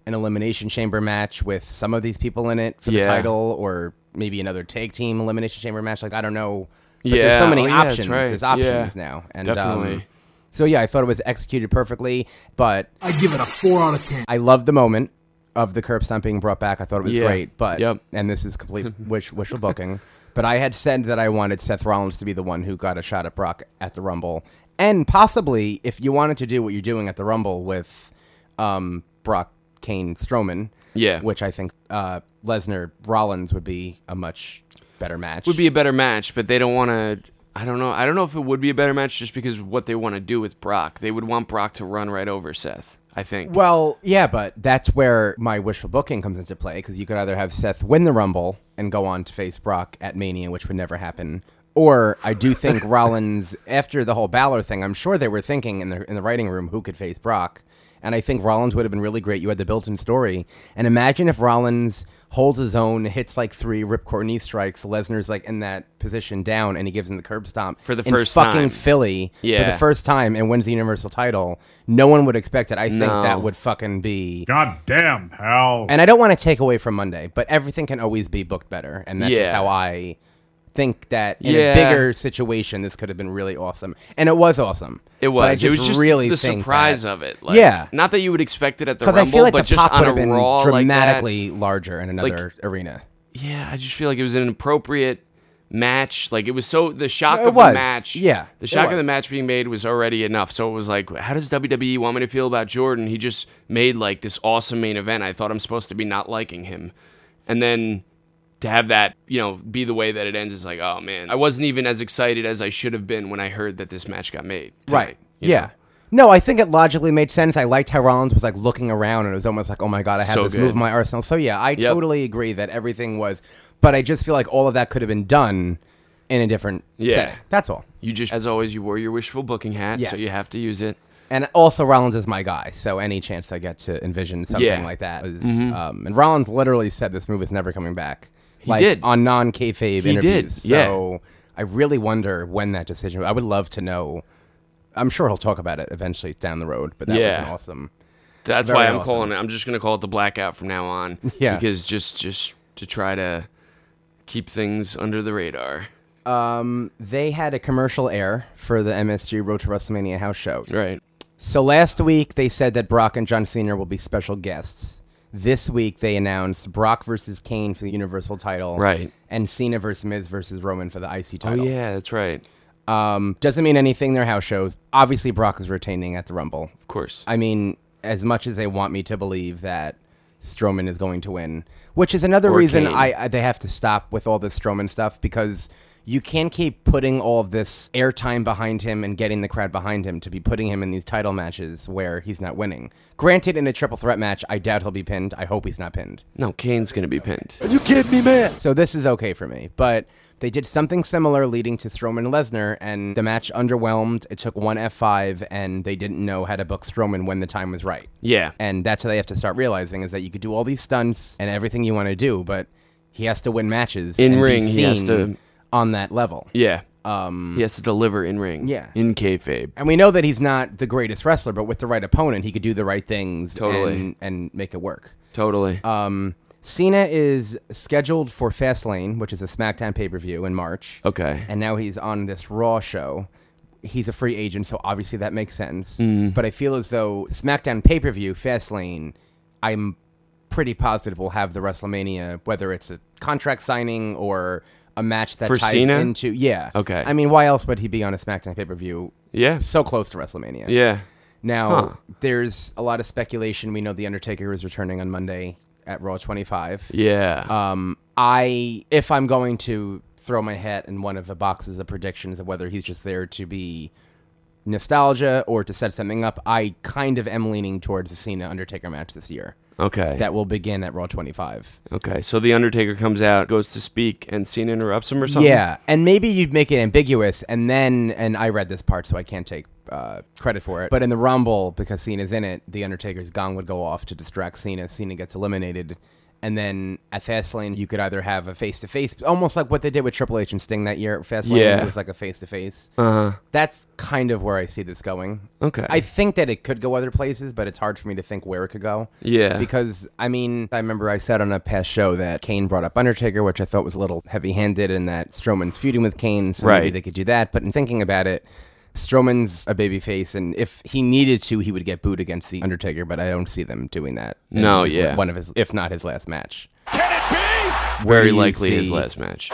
S8: an Elimination Chamber match with some of these people in it for the
S9: Yeah.
S8: title, or maybe another tag team Elimination Chamber match. Like, I don't know. But
S9: Yeah.
S8: there's so many
S9: Oh, yeah, that's
S8: options.
S9: right.
S8: There's
S9: Yeah.
S8: options now. And Um,
S9: Definitely.
S8: so, yeah, I thought it was executed perfectly, but
S1: I give it a four out of ten.
S8: I loved the moment of the curb stomp being brought back. I thought it was
S9: Yeah.
S8: great, but
S9: Yep.
S8: and this is complete wish wishful booking. But I had said that I wanted Seth Rollins to be the one who got a shot at Brock at the Rumble, and possibly if you wanted to do what you're doing at the Rumble with um, Brock, Kane, Strowman,
S9: Yeah.
S8: which I think uh, Lesnar Rollins would be a much better match.
S9: would be a better match, but they don't want to. I don't know. I don't know if it would be a better match just because of what they want to do with Brock. They would want Brock to run right over Seth. I think.
S8: Well, yeah, but that's where my wishful booking comes into play because you could either have Seth win the Rumble and go on to face Brock at Mania, which would never happen, or I do think Rollins after the whole Balor thing. I'm sure they were thinking in the in the writing room who could face Brock, and I think Rollins would have been really great. You had the built-in story, and imagine if Rollins holds his own, hits like three Rip Courtney strikes, Lesnar's like in that position down, and he gives him the curb stomp
S9: For the
S8: in
S9: first
S8: fucking
S9: time.
S8: Philly for
S9: Yeah.
S8: the first time and wins the Universal title. No one would expect it. I think
S9: No.
S8: that would fucking be.
S2: God damn, Hal.
S8: And I don't want to take away from Monday, but everything can always be booked better, and that's just
S9: Yeah.
S8: how I think that in
S9: Yeah.
S8: a bigger situation, this could have been really awesome, and it was awesome.
S9: It
S8: But I
S9: was. It was just
S8: really
S9: the
S8: think
S9: surprise
S8: that,
S9: of it. Like,
S8: Yeah.
S9: Not that you would expect it at the
S8: because
S9: Rumble,
S8: I feel like
S9: but
S8: the
S9: just
S8: pop
S9: on
S8: would
S9: a
S8: have been
S9: Raw Like
S8: dramatically larger in another arena.
S9: that, yeah, I just feel like it was an inappropriate match. Like it was so the shock
S8: It
S9: of
S8: was.
S9: the match.
S8: Yeah,
S9: The
S8: it
S9: shock of the
S8: was.
S9: match being made was already enough. So it was like, how does WWE want me to feel about Jordan? He just made like this awesome main event. I thought I'm supposed to be not liking him, and then to have that you know be the way that it ends is like, oh man, I wasn't even as excited as I should have been when I heard that this match got made. tonight,
S8: Right.
S9: you know?
S8: Yeah. No, I think it logically made sense. I liked how Rollins was like looking around and it was almost like, oh my God, I have
S9: So
S8: this
S9: good.
S8: move in my arsenal. So yeah, I
S9: Yep.
S8: totally agree that everything was, but I just feel like all of that could have been done in a different
S9: Yeah.
S8: setting. That's all.
S9: You just, as always, you wore your wishful booking hat, so
S8: Yes.
S9: you have to use it.
S8: And also, Rollins is my guy. So any chance I get to envision something
S9: Yeah. Mm-hmm.
S8: like that is. Um, and Rollins literally said this move is never coming back. He like,
S9: did.
S8: on non kayfabe
S9: He did,
S8: interviews.
S9: yeah.
S8: So I really wonder when that decision. I would love to know. I'm sure he'll talk about it eventually down the road. But that
S9: Yeah.
S8: was an awesome.
S9: That's
S8: Very
S9: why I'm
S8: awesome.
S9: calling it. I'm just gonna call it the blackout from now on.
S8: Yeah.
S9: Because just just to try to keep things under the radar.
S8: They had a commercial air for the MSG Road to WrestleMania house show.
S9: Right.
S8: So last week they said that Brock and John Cena will be special guests. This week they announced Brock versus Kane for the Universal title.
S9: Right.
S8: And Cena versus Miz versus Roman for the IC
S9: Oh
S8: title.
S9: yeah, that's right.
S8: Um, doesn't mean anything their house shows. Obviously Brock is retaining at the Rumble.
S9: Of course.
S8: I mean, as much as they want me to believe that Strowman is going to win, which is another
S9: Or
S8: reason
S9: Kane.
S8: I, I they have to stop with all this Strowman stuff because you can't keep putting all of this airtime behind him and getting the crowd behind him to be putting him in these title matches where he's not winning. Granted, in a triple threat match, I doubt he'll be pinned. I hope he's not pinned.
S9: no, Kane's gonna be pinned.
S7: Are you kidding me, man?
S8: So this is okay for me, but they did something similar leading to Strowman and Lesnar, and the match underwhelmed. It took one F5, and they didn't know how to book Strowman when the time was right.
S9: Yeah.
S8: And that's how they have to start realizing is that you could do all these stunts and everything you want to do, but he has to win matches
S9: In
S8: and be
S9: ring, he has
S8: seen
S9: to-
S8: on that level.
S9: yeah. Um He has to deliver in ring.
S8: Yeah.
S9: In kayfabe.
S8: And we know that he's not the greatest wrestler, but with the right opponent, he could do the right things
S9: Totally.
S8: and, and make it work.
S9: Totally.
S8: Uh, Cena is scheduled for Fastlane, which is a SmackDown pay per view in March.
S9: Okay.
S8: And now he's on this Raw show. He's a free agent, so obviously that makes sense.
S9: Mm.
S8: But I feel as though SmackDown pay per view, Fastlane, I'm pretty positive will have the WrestleMania, whether it's a contract signing or a match that
S9: For
S8: ties
S9: Cena?
S8: into. Yeah.
S9: Okay.
S8: I mean, why else would he be on a SmackDown pay per view
S9: yeah.
S8: so close to WrestleMania?
S9: yeah.
S8: Now,
S9: Huh.
S8: there's a lot of speculation. We know The Undertaker is returning on Monday at Raw 25.
S9: Yeah.
S8: Um, I, if I'm going to throw my hat in one of the boxes of predictions of whether he's just there to be nostalgia or to set something up, I kind of am leaning towards the Cena Undertaker match this year
S9: okay.
S8: that will begin at Raw 25.
S9: okay. So the Undertaker comes out, goes to speak, and Cena interrupts him or something.
S8: Yeah, and maybe you'd make it ambiguous, and then, and I read this part, so I can't take uh, credit for it. But in the Rumble, because Cena's in it, the Undertaker's gong would go off to distract Cena. Cena gets eliminated, and then at Fastlane, you could either have a face to face, almost like what they did with Triple H and Sting that year at Fastlane.
S9: Yeah. Uh.
S8: it was like a face to face. That's kind of where I see this going.
S9: Uh-huh. Okay.
S8: I think that it could go other places, but it's hard for me to think where it could go.
S9: Yeah.
S8: Because, I mean, I remember I said on a past show that Kane brought up Undertaker, which I thought was a little heavy handed, and that Strowman's feuding with Kane, so maybe
S9: Right.
S8: they could do that. But in thinking about it, Strowman's a babyface, and if he needed to, he would get booed against the Undertaker, but I don't see them doing that. in
S9: No,
S8: his-
S9: yeah.
S8: One of his, if not his last match. Where do
S9: Very
S8: you
S9: likely his
S8: see-
S9: last match.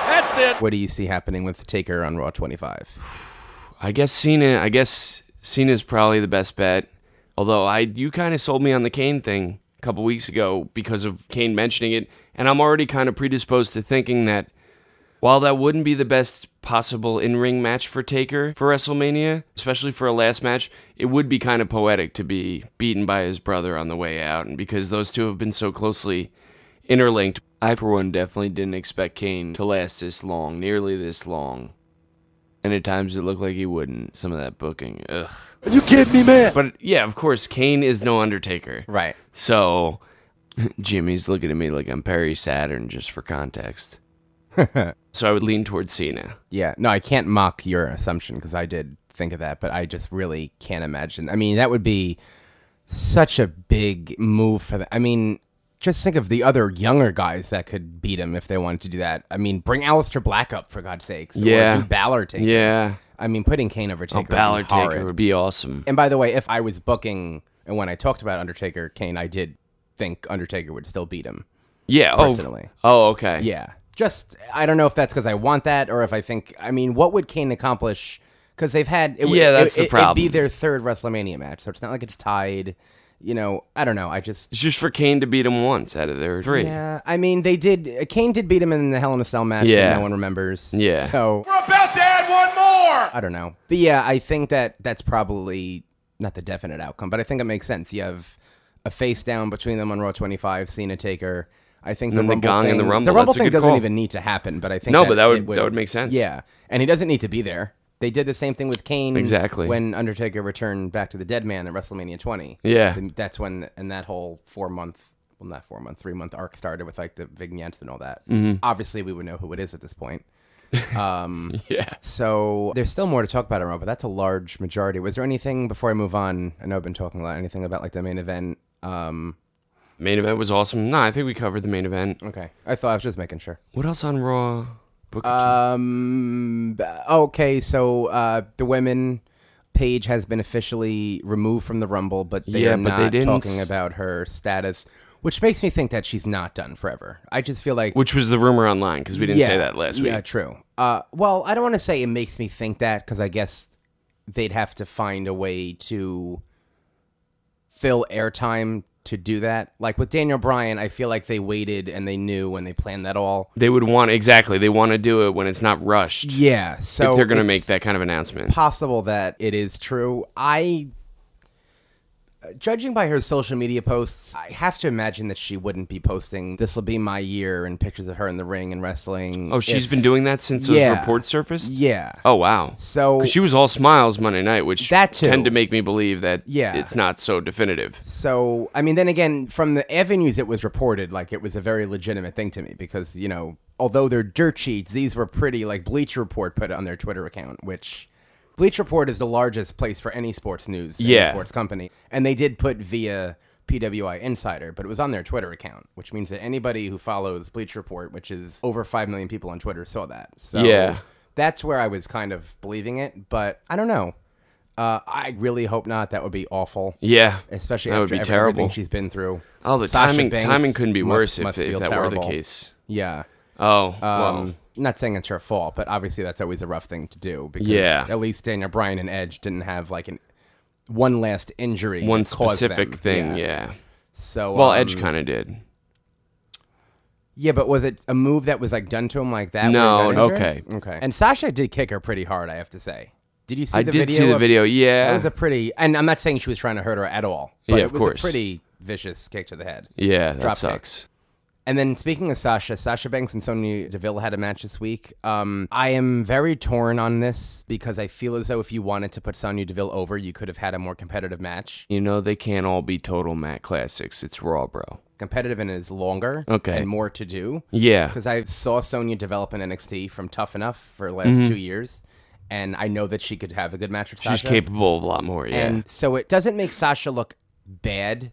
S8: What do you see happening with Taker on Raw 25?
S9: I guess Cena. I guess Cena's probably the best bet. Although I, you kind of sold me on the Kane thing a couple weeks ago because of Kane mentioning it, and I'm already kind of predisposed to thinking that while that wouldn't be the best possible in-ring match for Taker for WrestleMania, especially for a last match, it would be kind of poetic to be beaten by his brother on the way out, and because those two have been so closely interlinked. I, for one, definitely didn't expect Kane to last this long, nearly this long. And at times it looked like he wouldn't. Some of that booking. Ugh.
S7: Are you kidding me, man?
S9: But yeah, of course, Kane is no Undertaker.
S8: Right.
S9: So Jimmy's looking at me like I'm Perry Saturn just for context. so I would lean towards Cena.
S8: Yeah, no, I can't mock your assumption because I did think of that, but I just really can't imagine. I mean, that would be such a big move for them. I mean, just think of the other younger guys that could beat him if they wanted to do that. I mean, bring Alistair Black up for God's sakes.
S9: Yeah.
S8: Or do Balor take him.
S9: Yeah.
S8: I mean, putting Kane over Taker.
S9: Oh,
S8: would be
S9: Balor Taker
S8: horrid.
S9: would be awesome.
S8: And by the way, if I was booking and when I talked about Undertaker Kane, I did think Undertaker would still beat him.
S9: Yeah. Oh.
S8: Personally.
S9: Oh, okay.
S8: Yeah. Just I don't know if that's because I want that or if I think I mean, what would Kane accomplish? Because they've had it, would-
S9: Yeah, that's
S8: it,
S9: the
S8: it- It'd be
S9: problem.
S8: their third WrestleMania match, so it's not like it's tied. You know, I don't know. I just
S9: It's just for Kane to beat him once out of their three.
S8: yeah. I mean, they did. uh, Kane did beat him in the Hell in a Cell match.
S9: Yeah.
S8: that no one remembers.
S9: Yeah.
S8: so
S2: We're about to add one more.
S8: I don't know. But yeah, I think that that's probably not the definite outcome, but I think it makes sense. You have a face down between them on Raw 25, Cena Taker. I think the,
S9: then the
S8: Rumble
S9: gong and
S8: thing,
S9: the Rumble,
S8: Rumble
S9: that's a
S8: thing
S9: good
S8: doesn't
S9: call.
S8: even need to happen, but I think
S9: No, but that would-
S8: it
S9: that would make sense.
S8: Yeah, and he doesn't need to be there. They did the same thing with Kane
S9: Exactly.
S8: when Undertaker returned back to the Dead Man at WrestleMania 20.
S9: Yeah.
S8: Then that's when and that whole four month, well not four month, three month arc started with like the vignettes and all that.
S9: Mm-hmm.
S8: Obviously, we would know who it is at this point.
S9: Yeah.
S8: So there's still more to talk about in Raw, but that's a large majority. Was there anything before I move on? I know I've been talking a lot. Anything about like the main event? Um,
S9: Main event was awesome. No, I think we covered the main event.
S8: okay, I thought I was just making sure.
S9: What else on Raw? Booker
S8: Uh, Um, b- okay, so uh, the women page has been officially removed from the Rumble, but they
S9: Yeah,
S8: are
S9: but
S8: not
S9: they didn't
S8: talking
S9: s-
S8: about her status, which makes me think that she's not done forever. I just feel like
S9: which was the rumor online because we didn't say that last
S8: Yeah,
S9: week.
S8: true. Uh, well, I don't want to say it makes me think that because I guess they'd have to find a way to fill airtime to do that. Like with Daniel Bryan, I feel like they waited and they knew when they planned that all.
S9: They would want exactly. They want to do it when it's not rushed.
S8: Yeah, so
S9: if they're going to
S8: it's
S9: make that kind of announcement.
S8: possible that it is true. I. Judging by her social media posts, I have to imagine that she wouldn't be posting "This will be my year" and pictures of her in the ring and wrestling.
S9: Oh, she's
S8: if-
S9: been doing that since those
S8: Yeah.
S9: reports surfaced.
S8: yeah.
S9: Oh wow.
S8: So-
S9: 'Cause she was all smiles Monday night, which
S8: That too.
S9: tend to make me believe that
S8: Yeah.
S9: it's not so definitive.
S8: So, I mean, then again, from the avenues it was reported, like it was a very legitimate thing to me because, you know, although they're dirt sheets, these were pretty, like Bleach Report put it on their Twitter account, which Bleach Report is the largest place for any sports news, any
S9: Yeah.
S8: sports company. And they did put via PWI Insider, but it was on their Twitter account, which means that anybody who follows Bleach Report, which is over 5 million people on Twitter, saw that. So,
S9: Yeah.
S8: that's where I was kind of believing it, but I don't know. Uh, I really hope not. That would be awful
S9: Yeah,
S8: especially
S9: that
S8: after
S9: would be
S8: every-
S9: terrible.
S8: everything she's been through.
S9: Oh, the
S8: Sasha
S9: timing
S8: Banks
S9: timing couldn't be
S8: must-
S9: worse if,
S8: must
S9: if
S8: feel
S9: that were
S8: terrible.
S9: the case.
S8: Yeah.
S9: Oh,
S8: Um,
S9: well,
S8: not saying it's her fault, but obviously that's always a rough thing to do because
S9: Yeah.
S8: at least Daniel Bryan and Edge didn't have like an one last injury,
S9: one
S8: that caused
S9: specific
S8: them.
S9: thing. Yeah.
S8: So
S9: Well,
S8: um,
S9: Edge kind of did.
S8: Yeah, but was it a move that was like done to him like that? when he
S9: No,
S8: got injured?
S9: okay.
S8: okay. And Sasha did kick her pretty hard. I have to say. Did you see?
S9: I
S8: the
S9: did
S8: video
S9: see the
S8: of-
S9: video. Yeah.
S8: That was a pretty, and I'm not saying she was trying to hurt her at all. But
S9: Yeah,
S8: it
S9: of
S8: was
S9: course.
S8: A pretty vicious kick to the head.
S9: yeah, that
S8: drop kick.
S9: sucks.
S8: And then speaking of Sasha, Sasha Banks and Sonya Deville had a match this week. Um, I am very torn on this because I feel as though if you wanted to put Sonya Deville over, you could have had a more competitive match.
S9: You know, they can't all be total Matt classics. It's raw, bro.
S8: Competitive and is longer,
S9: Okay.
S8: and more to do.
S9: Yeah.
S8: because I saw Sonya develop in NXT from Tough Enough for the last two years, and I know that she could have a good match with
S9: Mm-hmm. She's
S8: Sasha.
S9: capable of a lot more. Yeah.
S8: And so it doesn't make Sasha look bad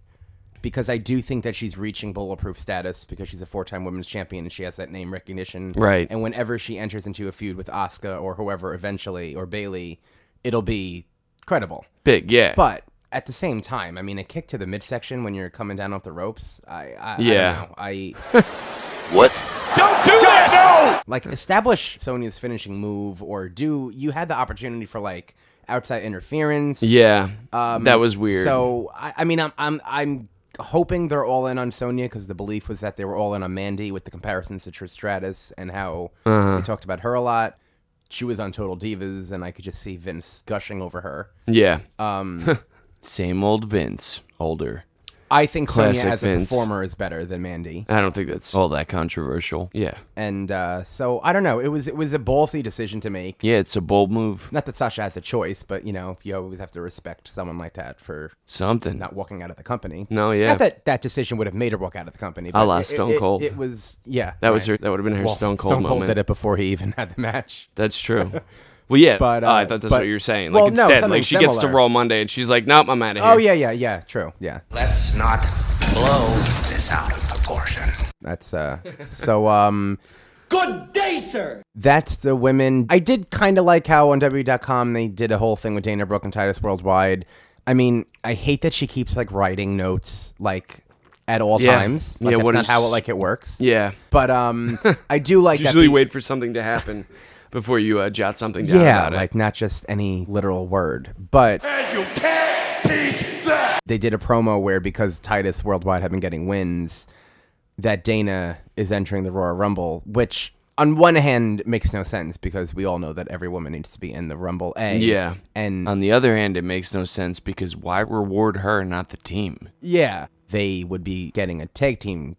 S8: because I do think that she's reaching bulletproof status because she's a four time women's champion and she has that name recognition.
S9: Right.
S8: And whenever she enters into a feud with Asuka or whoever eventually or Bailey, it'll be credible.
S9: Big. Yeah.
S8: But at the same time, I mean, a kick to the midsection when you're coming down off the ropes, I, I,
S9: Yeah.
S8: I don't know. I
S6: Don't do that! No!
S8: like establish Sonya's finishing move or do you had the opportunity for like outside interference.
S9: yeah. that was weird.
S8: Um, So I, I mean, I'm I'm I'm hoping they're all in on Sonya because the belief was that they were all in on Mandy with the comparisons to Trish Stratus and how
S9: Uh-huh.
S8: they talked about her a lot. She was on Total Divas, and I could just see Vince gushing over her.
S9: yeah. Um. Same old Vince. Older.
S8: I think
S9: Classic
S8: Sonya as a
S9: Vince.
S8: performer is better than Mandy,
S9: I don't think that's all that controversial. Yeah.
S8: and uh, so I don't know. It was it was a ballsy decision to make.
S9: Yeah, it's a bold move.
S8: Not that Sasha has a choice, but you know you always have to respect someone like that for
S9: Something.
S8: not walking out of the company.
S9: No, yeah.
S8: Not that that decision would have made her walk out of the company. But
S9: la
S8: it-
S9: Stone
S8: it- it-
S9: Cold.
S8: It, was yeah.
S9: That was
S8: right.
S9: her. That would have been her
S8: Well,
S9: Stone Cold moment.
S8: did it before he even had the match.
S9: That's true. Well, yeah.
S8: But,
S9: oh, I
S8: uh,
S9: thought that's
S8: but-
S9: what you were saying. Like
S8: well, no,
S9: instead,
S8: something
S9: like she gets to
S8: similar.
S9: Raw Monday and she's like, "Nope, I'm out of here."
S8: Oh yeah, yeah, yeah. True. Yeah.
S1: Let's not blow this out of proportion.
S8: That's uh. so um.
S4: Good day, sir.
S8: That's the women. I did kind of like how on W.com they did a whole thing with Dana Brooke and Titus Worldwide. I mean, I hate that she keeps like writing notes like at all
S9: Yeah.
S8: times.
S9: Yeah,
S8: Like, that's
S9: what
S8: not
S9: is-
S8: how it like it works.
S9: Yeah.
S8: But um, I do like that
S9: Usually
S8: be-
S9: wait for something to happen before you uh, jot something down
S8: Yeah,
S9: about it.
S8: like not just any literal word, but
S7: And you can't teach that.
S8: they did a promo where because Titus worldwide have been getting wins, that Dana is entering the Royal Rumble, which on one hand makes no sense because we all know that every woman needs to be in the Rumble A.
S9: Yeah. Um,
S8: And
S9: On the other hand, it makes no sense because why reward her, and not the team?
S8: yeah, they would be getting a tag team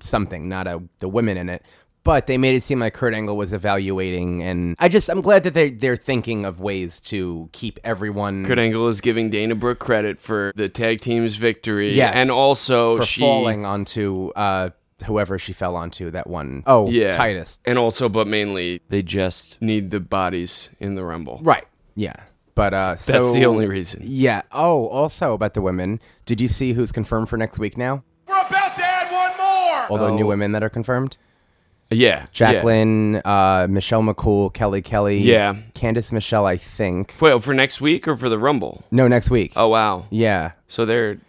S8: something, not a the women in it. But they made it seem like Kurt Angle was evaluating and I just I'm glad that they they're thinking of ways to keep everyone
S9: Kurt Angle is giving Dana Brooke credit for the tag team's victory.
S8: Yes.
S9: And also
S8: for
S9: Oh, she
S8: falling onto uh whoever she fell onto that one oh
S9: yeah.
S8: Titus.
S9: And also, but mainly, they just need the bodies in the Rumble.
S8: Right. Yeah. But uh so
S9: That's the only reason.
S8: Yeah. Oh, also about the women. Did you see who's confirmed for next week now?
S6: We're about to add one more.
S8: All the new
S9: Oh.
S8: women that are confirmed?
S9: Yeah. Yeah.
S8: Jacqueline, uh, Michelle McCool, Kelly Kelly.
S9: Yeah.
S8: Candice Michelle, I think.
S9: Wait, for next week or for the Rumble?
S8: No, next week.
S9: Oh, wow.
S8: Yeah.
S9: So they're.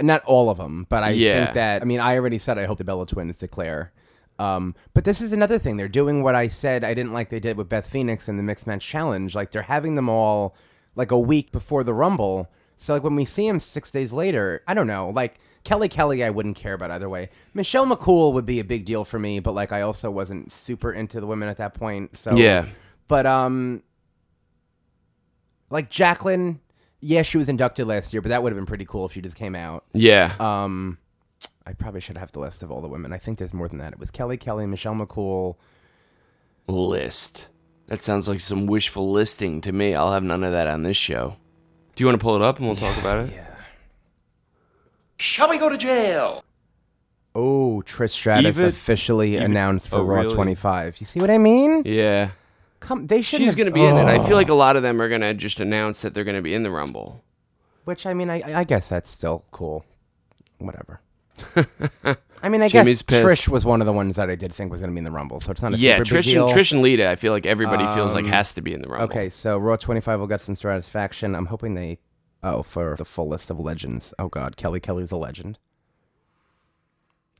S8: Not all of them, but I
S9: Yeah.
S8: think that, I mean, I already said I hope the Bella Twins declare. Um, but this is another thing. They're doing what I said I didn't like they did with Beth Phoenix in the Mixed Match Challenge. Like, they're having them all like a week before the Rumble. So, like, when we see them six days later, I don't know. Like, Kelly Kelly, I wouldn't care about either way. Michelle McCool would be a big deal for me, but like, I also wasn't super into the women at that point. So,
S9: Yeah.
S8: But um, like Jacqueline, yeah, she was inducted last year, but that would have been pretty cool if she just came out.
S9: Yeah.
S8: Um, I probably should have the list of all the women. I think there's more than that. It was Kelly Kelly, Michelle McCool.
S9: List. That sounds like some wishful listing to me. I'll have none of that on this show. Do you want to pull it up and we'll talk about it?
S8: Yeah.
S7: Shall we go to jail?
S8: Oh, Trish Stratus
S9: Eva-
S8: officially announced for
S9: oh,
S8: Raw
S9: really?
S8: 25. You see what I mean?
S9: Yeah.
S8: Come, they Oh. should.
S9: She's going to be in it. I feel like a lot of them are going to just announce that they're going to be in the Rumble.
S8: Which I mean, I, I guess that's still cool. Whatever. I mean, I
S9: Jimmy's
S8: guess
S9: pissed.
S8: Trish was one of the ones that I did think was going to be in the Rumble, so it's not a
S9: Yeah,
S8: super big
S9: Trish
S8: deal. Um,
S9: and, Trish and Lita, I feel like everybody feels like has to be in the Rumble.
S8: Okay, so Raw 25 will get some satisfaction. I'm hoping they. Oh, for the full list of legends. Oh, God. Kelly Kelly's a legend.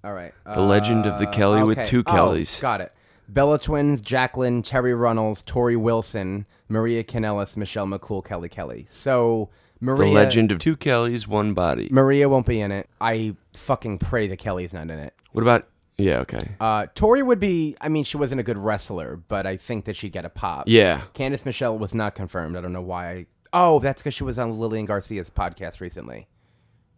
S8: All right. uh,
S9: The legend of the Kelly with
S8: okay.
S9: two
S8: Oh,
S9: Kellys.
S8: got it. Bella Twins, Jacqueline, Terry Runnels, Tori Wilson, Maria Kanellis, Michelle McCool, Kelly Kelly. So,
S9: the
S8: Maria.
S9: legend of two Kellys, one body.
S8: Maria won't be in it. I fucking pray that Kelly's not in it.
S9: What about? Yeah, okay.
S8: Uh, Tori would be. I mean, she wasn't a good wrestler, but I think that she'd get a pop.
S9: Yeah.
S8: Candice Michelle was not confirmed. I don't know why. I, oh, that's because she was on Lillian Garcia's podcast recently.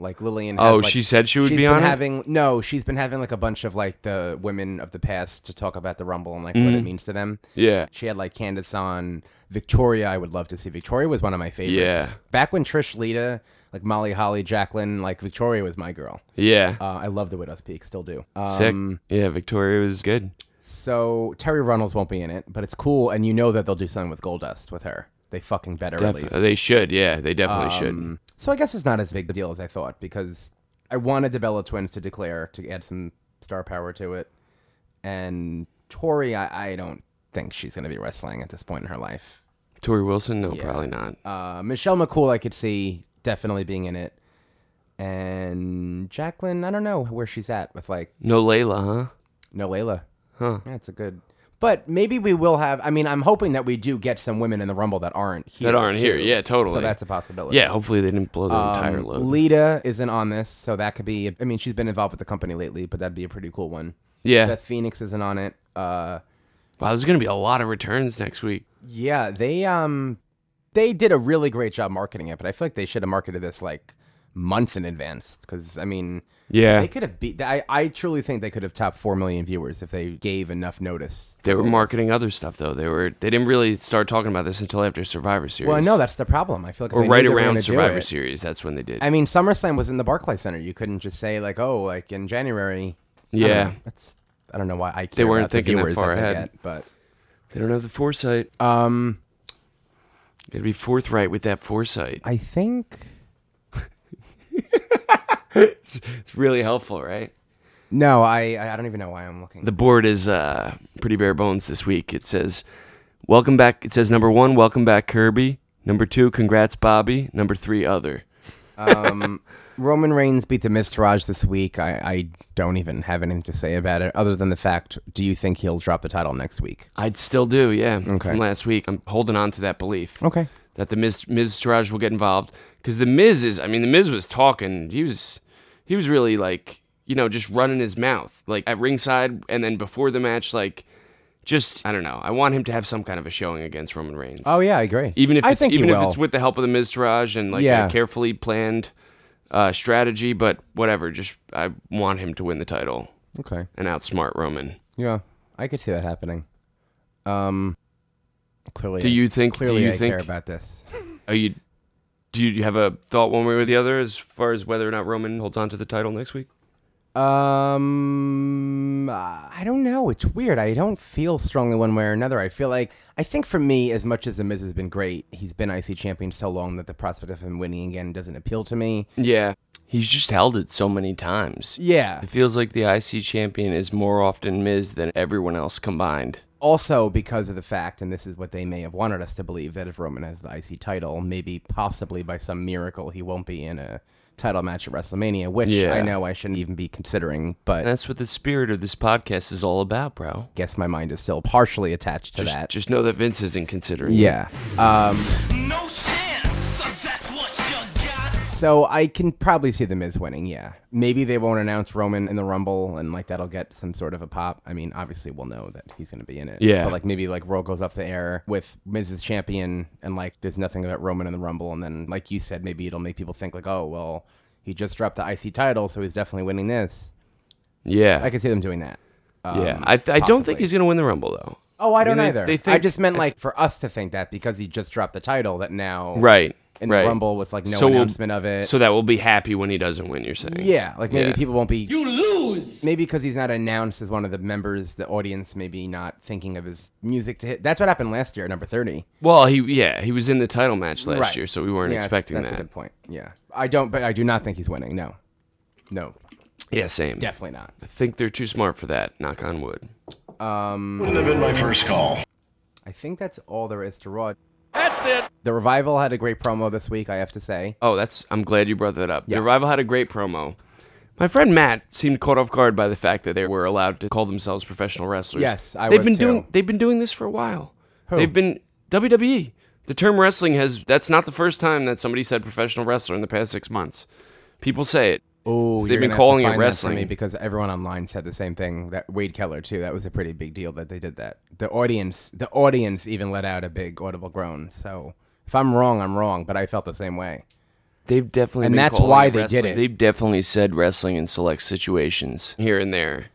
S8: Like Lillian. Has,
S9: Oh,
S8: like-
S9: she said she would
S8: she's
S9: be
S8: been
S9: on it?
S8: Having no, she's been having like a bunch of like the women of the past to talk about the Rumble and like what
S9: Mm-hmm.
S8: it means to them.
S9: Yeah.
S8: She had like Candace on Victoria. I would love to see Victoria was one of my favorites.
S9: Yeah.
S8: Back when Trish Lita, like Molly Holly, Jacqueline, like Victoria was my girl.
S9: Yeah.
S8: Uh, I love the Widow's Peak, still do. Um,
S9: Sick. Yeah, Victoria was good.
S8: So Terry Runnels won't be in it, but it's cool, and you know that they'll do something with Goldust with her. They fucking better at
S9: Def-
S8: least.
S9: they should. Yeah, they definitely should.
S8: So I guess it's not as big a deal as I thought because I wanted the Bella Twins to declare to add some star power to it, and Tori, I, I don't think she's going to be wrestling at this point in her life.
S9: Tori Wilson? No, probably not.
S8: Uh, Michelle McCool, I could see definitely being in it, and Jacqueline, I don't know where she's at with like
S9: no Layla, huh?
S8: No Layla. Huh. That's a good. But maybe we will have. I mean, I'm hoping that we do get some women in the Rumble that aren't here.
S9: That aren't here.
S8: too.
S9: Yeah, totally.
S8: So that's a possibility.
S9: Yeah, hopefully they didn't blow the entire
S8: Um,
S9: load.
S8: Lita isn't on this, so that could be. I mean, she's been involved with the company lately, but that'd be a pretty cool one.
S9: yeah.
S8: Beth Phoenix isn't on it. Uh,
S9: wow, there's going to be a lot of returns next week.
S8: yeah, they um, they did a really great job marketing it, but I feel like they should have marketed this like months in advance because I mean,
S9: Yeah.
S8: they could have beat. I I truly think they could have topped four million viewers if they gave enough notice.
S9: They were marketing other stuff though. They were they didn't really start talking about this until after Survivor Series.
S8: Well, I know that's the problem. I feel like if
S9: or
S8: they knew
S9: right
S8: they were
S9: around
S8: gonna do
S9: Survivor
S8: it-
S9: Series. That's when they did.
S8: I mean, SummerSlam was in the Barclay Center. You couldn't just say like, "Oh, like in January." I don't
S9: yeah,
S8: know. that's I don't know why I. Care
S9: weren't
S8: about the
S9: thinking that
S8: viewers
S9: far
S8: they
S9: ahead.
S8: get, but
S9: they don't have the foresight.
S8: um,
S9: Got to be forthright with that foresight.
S8: I think
S9: It's really helpful, right?
S8: no, I I don't even know why I'm looking.
S9: The board is uh, pretty bare bones this week. It says, "Welcome back." It says number one, "Welcome back, Kirby." Number two, "Congrats, Bobby." Number three, "Other."
S8: Roman Reigns beat the Mistrage this week. I I don't even have anything to say about it other than the fact: Do you think he'll drop the title next week?
S9: I'd still do, yeah.
S8: Okay.
S9: From last week, I'm holding on to that belief.
S8: Okay.
S9: That the Miz Miz Taraj will get involved because the Miz is. I mean, the Miz was talking. He was, he was really like you know just running his mouth like at ringside and then before the match like Just I don't know. I want him to have some kind of a showing against Roman Reigns.
S8: Oh yeah, I agree.
S9: even if
S8: I
S9: it's,
S8: think
S9: even
S8: he
S9: if
S8: will.
S9: it's with the help of the Mizraj and like
S8: Yeah.
S9: a carefully planned uh, strategy, but whatever. Just I want him to win the title
S8: okay.
S9: and outsmart Roman.
S8: Yeah, I could see that happening. Um, clearly,
S9: Do you think- do
S8: Clearly,
S9: you
S8: I
S9: think-
S8: care about this.
S9: Are you? Do you have a thought one way or the other as far as whether or not Roman holds on to the title next week?
S8: Um, I don't know. It's weird. I don't feel strongly one way or another. I feel like I think for me, as much as the Miz has been great, he's been IC champion so long that the prospect of him winning again doesn't appeal to me.
S9: Yeah, he's just held it so many times.
S8: Yeah.
S9: It feels like the IC champion is more often Miz than everyone else combined.
S8: Also, because of the fact, and this is what they may have wanted us to believe, that if Roman has the IC title, maybe possibly by some miracle, he won't be in a title match at WrestleMania, which
S9: Yeah.
S8: I know I shouldn't even be considering, but
S9: And that's what the spirit of this podcast is all about, bro.
S8: guess my mind is still partially attached to
S9: Just,
S8: that.
S9: just know that Vince isn't considering. it.
S8: yeah.
S1: No chance. So that's what you got.
S8: So I can probably see the Miz winning, yeah. Maybe they won't announce Roman in the Rumble and like that'll get some sort of a pop. I mean, obviously we'll know that he's gonna be in it.
S9: Yeah.
S8: But like maybe like Royal goes off the air with Miz as champion and like there's nothing about Roman in the Rumble and then like you said, maybe it'll make people think like, Oh, well, he just dropped the IC title, so he's definitely winning this.
S9: Yeah.
S8: I could see them doing that. um,
S9: yeah. I, I don't
S8: possibly.
S9: think he's going to win the Rumble, though.
S8: Oh, I don't
S9: mean, they-
S8: either.
S9: they
S8: I
S9: think-
S8: just meant like for us to think that because he just dropped the title that now
S9: Right.
S8: in
S9: right.
S8: the Rumble with like no
S9: So we'll-
S8: announcement of it.
S9: So that we'll be happy when he doesn't win, you're saying?
S8: yeah, like maybe
S9: Yeah.
S8: people won't be
S4: You lose.
S8: maybe because he's not announced as one of the members, the audience maybe not thinking of his music to hit. That's what happened last year, at number thirty.
S9: Well, he yeah, he was in the title match last
S8: Right.
S9: year, so we weren't
S8: Yeah,
S9: expecting
S8: that's,
S9: that.
S8: That's a good point. Yeah, I don't, but I do not think he's winning. No, no,
S9: Yeah, same.
S8: definitely not.
S9: I think they're too smart for that, knock on wood.
S8: I think that's all there is to Raw.
S6: That's it.
S8: The revival had a great promo this week. I have to say,
S9: Oh, that's. I'm glad you brought that up.
S8: Yeah.
S9: The Revival had a great promo. My friend Matt seemed caught off guard by the fact that they were allowed to call themselves professional wrestlers.
S8: Yes, I
S9: they've
S8: was
S9: been
S8: too.
S9: doing. They've been doing this for a while. They've been WWE. The term wrestling has. That's not the first time that somebody said professional wrestler in the past six months. People say it.
S8: oh,
S9: They've been calling it wrestling.
S8: me because everyone online said the same thing. That Wade Keller too. That was a pretty big deal that they did that. The audience, the audience even let out a big audible groan. So if I'm wrong, I'm wrong, but I felt the same way.
S9: They've definitely
S8: And
S9: been
S8: that's
S9: calling
S8: why
S9: it
S8: they did
S9: wrestling.
S8: it.
S9: They've definitely said wrestling in select situations here and there.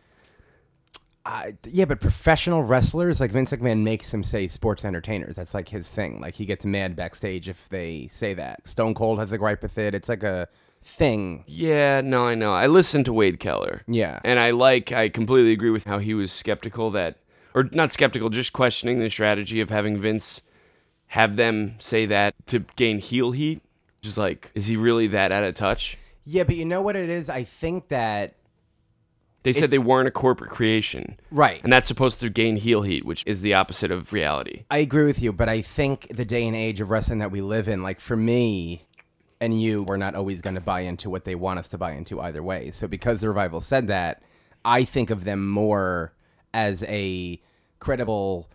S8: Yeah, but professional wrestlers, like Vince McMahon makes them say sports entertainers. That's like his thing. Like he gets mad backstage if they say that. Stone Cold has a gripe with it. It's like a thing.
S9: Yeah, no, I know. I listened to Wade Keller.
S8: Yeah.
S9: And I like, I completely agree with how he was skeptical that, or not skeptical, just questioning the strategy of having Vince have them say that to gain heel heat. Just like, is he really that out of touch?
S8: Yeah, but you know what it is? I think that
S9: They said they weren't a corporate creation.
S8: Right.
S9: And that's supposed to gain heel heat, which is the opposite of reality.
S8: I agree with you, but I think the day and age of wrestling that we live in, like for me and you, we're not always going to buy into what they want us to buy into either way. So because the revival said that, I think of them more as a credible,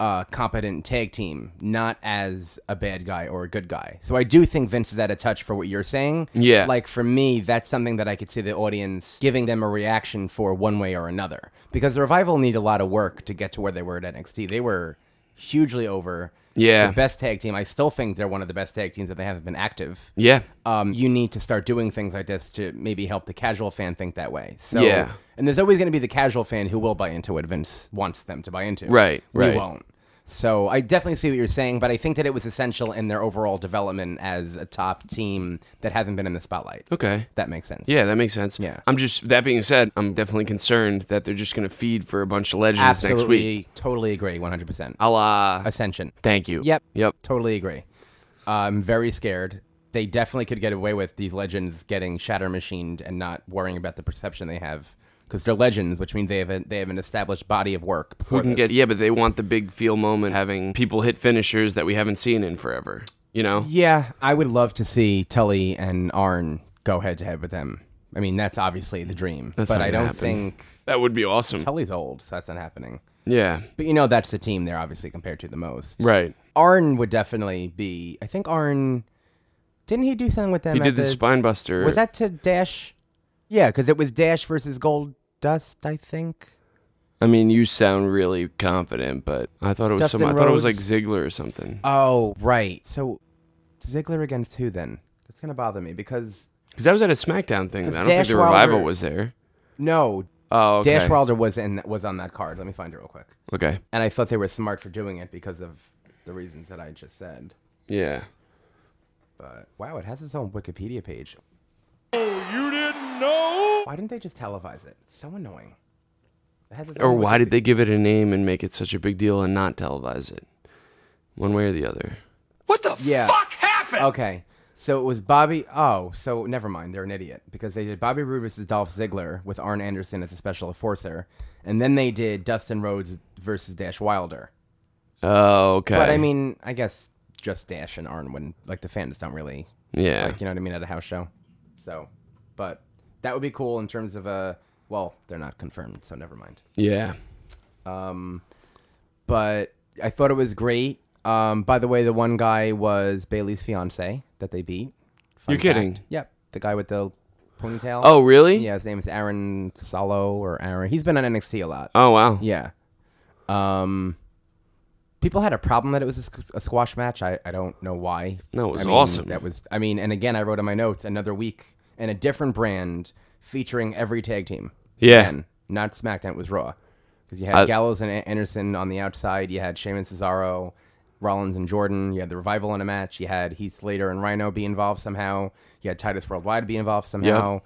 S8: uh, competent tag team, not as a bad guy or a good guy. So I do think Vince is out of touch for what you're saying.
S9: Yeah.
S8: Like for me, that's something that I could see the audience giving them a reaction for one way or another. Because the revival need a lot of work to get to where they were at NXT. They were hugely over.
S9: Yeah.
S8: The best tag team. I still think they're one of the best tag teams that they haven't been active.
S9: Yeah.
S8: Um, you need to start doing things like this to maybe help the casual fan think that way. So,
S9: Yeah.
S8: And there's always going to be the casual fan who will buy into what Vince wants them to buy into.
S9: Right,
S8: We
S9: right.
S8: won't. So I definitely see what you're saying, but I think that it was essential in their overall development as a top team that hasn't been in the spotlight.
S9: Okay.
S8: That makes sense.
S9: Yeah, that makes sense.
S8: Yeah.
S9: I'm just, that being said, I'm definitely concerned that they're just going to feed for a bunch of legends
S8: Absolutely.
S9: next week.
S8: Totally agree. 100%.
S9: A la
S8: Ascension.
S9: Thank you.
S8: Yep.
S9: Yep.
S8: Totally agree. Uh, I'm very scared. They definitely could get away with these legends getting shatter machined and not worrying about the perception they have because they're legends, which means they have a, they have an established body of work. Before
S9: Who can
S8: this.
S9: get yeah, but they want the big feel moment having people hit finishers that we haven't seen in forever. You know?
S8: Yeah, I would love to see Tully and Arn go head to head with them. I mean, that's obviously the dream,
S9: That's
S8: but
S9: not
S8: I
S9: gonna
S8: don't
S9: happen.
S8: think
S9: That would be awesome.
S8: Tully's old, so that's not happening.
S9: yeah.
S8: But you know, that's the team they're obviously compared to the most.
S9: Right.
S8: Arn would definitely be. I think Arn didn't he do something with them?
S9: He
S8: at
S9: did the
S8: the
S9: spine buster.
S8: Was that to Dash? Yeah, because it was Dash versus Gold Dust, I think.
S9: I mean, you sound really confident, but I thought it was
S8: Dustin
S9: some. I thought it was like
S8: Rhodes?
S9: Ziggler or something.
S8: Oh, right. So Ziggler against who then? That's gonna bother me because
S9: Because that was at a SmackDown thing. and I don't
S8: Dash
S9: think the revival
S8: Wilder-
S9: was there.
S8: no,
S9: Oh, okay.
S8: Dash Wilder was in was on that card. Let me find it real quick.
S9: Okay.
S8: And I thought they were smart for doing it because of the reasons that I just said.
S9: Yeah.
S8: But wow, it has its own Wikipedia page.
S6: You didn't know?
S8: Why didn't they just televise it? So annoying. It has its
S9: Or
S8: own
S9: why
S8: Wiki-
S9: did they give it a name and make it such a big deal and not televise it? One way or the other.
S6: What the
S8: Yeah.
S6: fuck happened?
S8: Okay. So it was Bobby. Oh, so never mind. They're an idiot because they did Bobby Roode versus Dolph Ziggler with Arn Anderson as a special enforcer, and then they did Dustin Rhodes versus Dash Wilder.
S9: Oh, okay.
S8: But I mean, I guess just Dash and Arn wouldn't like the fans don't really
S9: yeah.
S8: like you know what I mean at a house show. So, but that would be cool in terms of a well, they're not confirmed, so never mind.
S9: yeah.
S8: But I thought it was great. Um, by the way, the one guy was Bailey's fiance that they beat. Fun
S9: You're kidding.
S8: fact. Yep, the guy with the ponytail.
S9: Oh, really?
S8: Yeah, his name is Aaron Salo or Aaron. He's been on NXT a lot.
S9: Oh, wow.
S8: Yeah. Um, people had a problem that it was a, squ- a squash match. I, I don't know why.
S9: No, it was
S8: I mean,
S9: awesome.
S8: That was. I mean, and again, I wrote in my notes another week and a different brand featuring every tag team.
S9: Yeah.
S8: Again, not SmackDown. It was Raw because you had
S9: I-
S8: Gallows and A- Anderson on the outside. You had Sheamus Cesaro. Rollins and Jordan, you had the revival in a match. You had Heath Slater and Rhino be involved somehow. You had Titus Worldwide be involved somehow,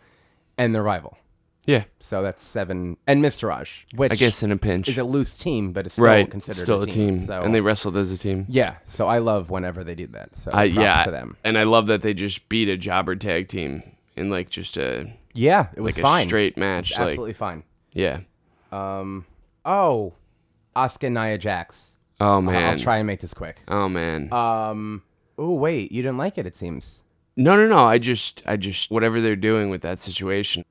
S8: and the rival.
S9: Yeah.
S8: So that's seven, and Mr. Raj, which
S9: I guess in a pinch.
S8: is a loose team, but it's still
S9: right.
S8: considered
S9: Still
S8: a team. So
S9: And they wrestled as a team.
S8: yeah, so I love whenever they do that. So
S9: I,
S8: props
S9: yeah.
S8: to them.
S9: And I love that they just beat a jobber tag team in like just a
S8: Yeah, it was
S9: like a
S8: fine.
S9: straight match. Like
S8: absolutely fine.
S9: yeah.
S8: Oh, Asuka Nia Jax.
S9: Oh
S8: I'll-
S9: man.
S8: I'll try Uh, and make this quick.
S9: Oh man.
S8: Oh wait, you didn't like it? It seems.
S9: no, no, no. I just, I just, whatever they're doing with that situation.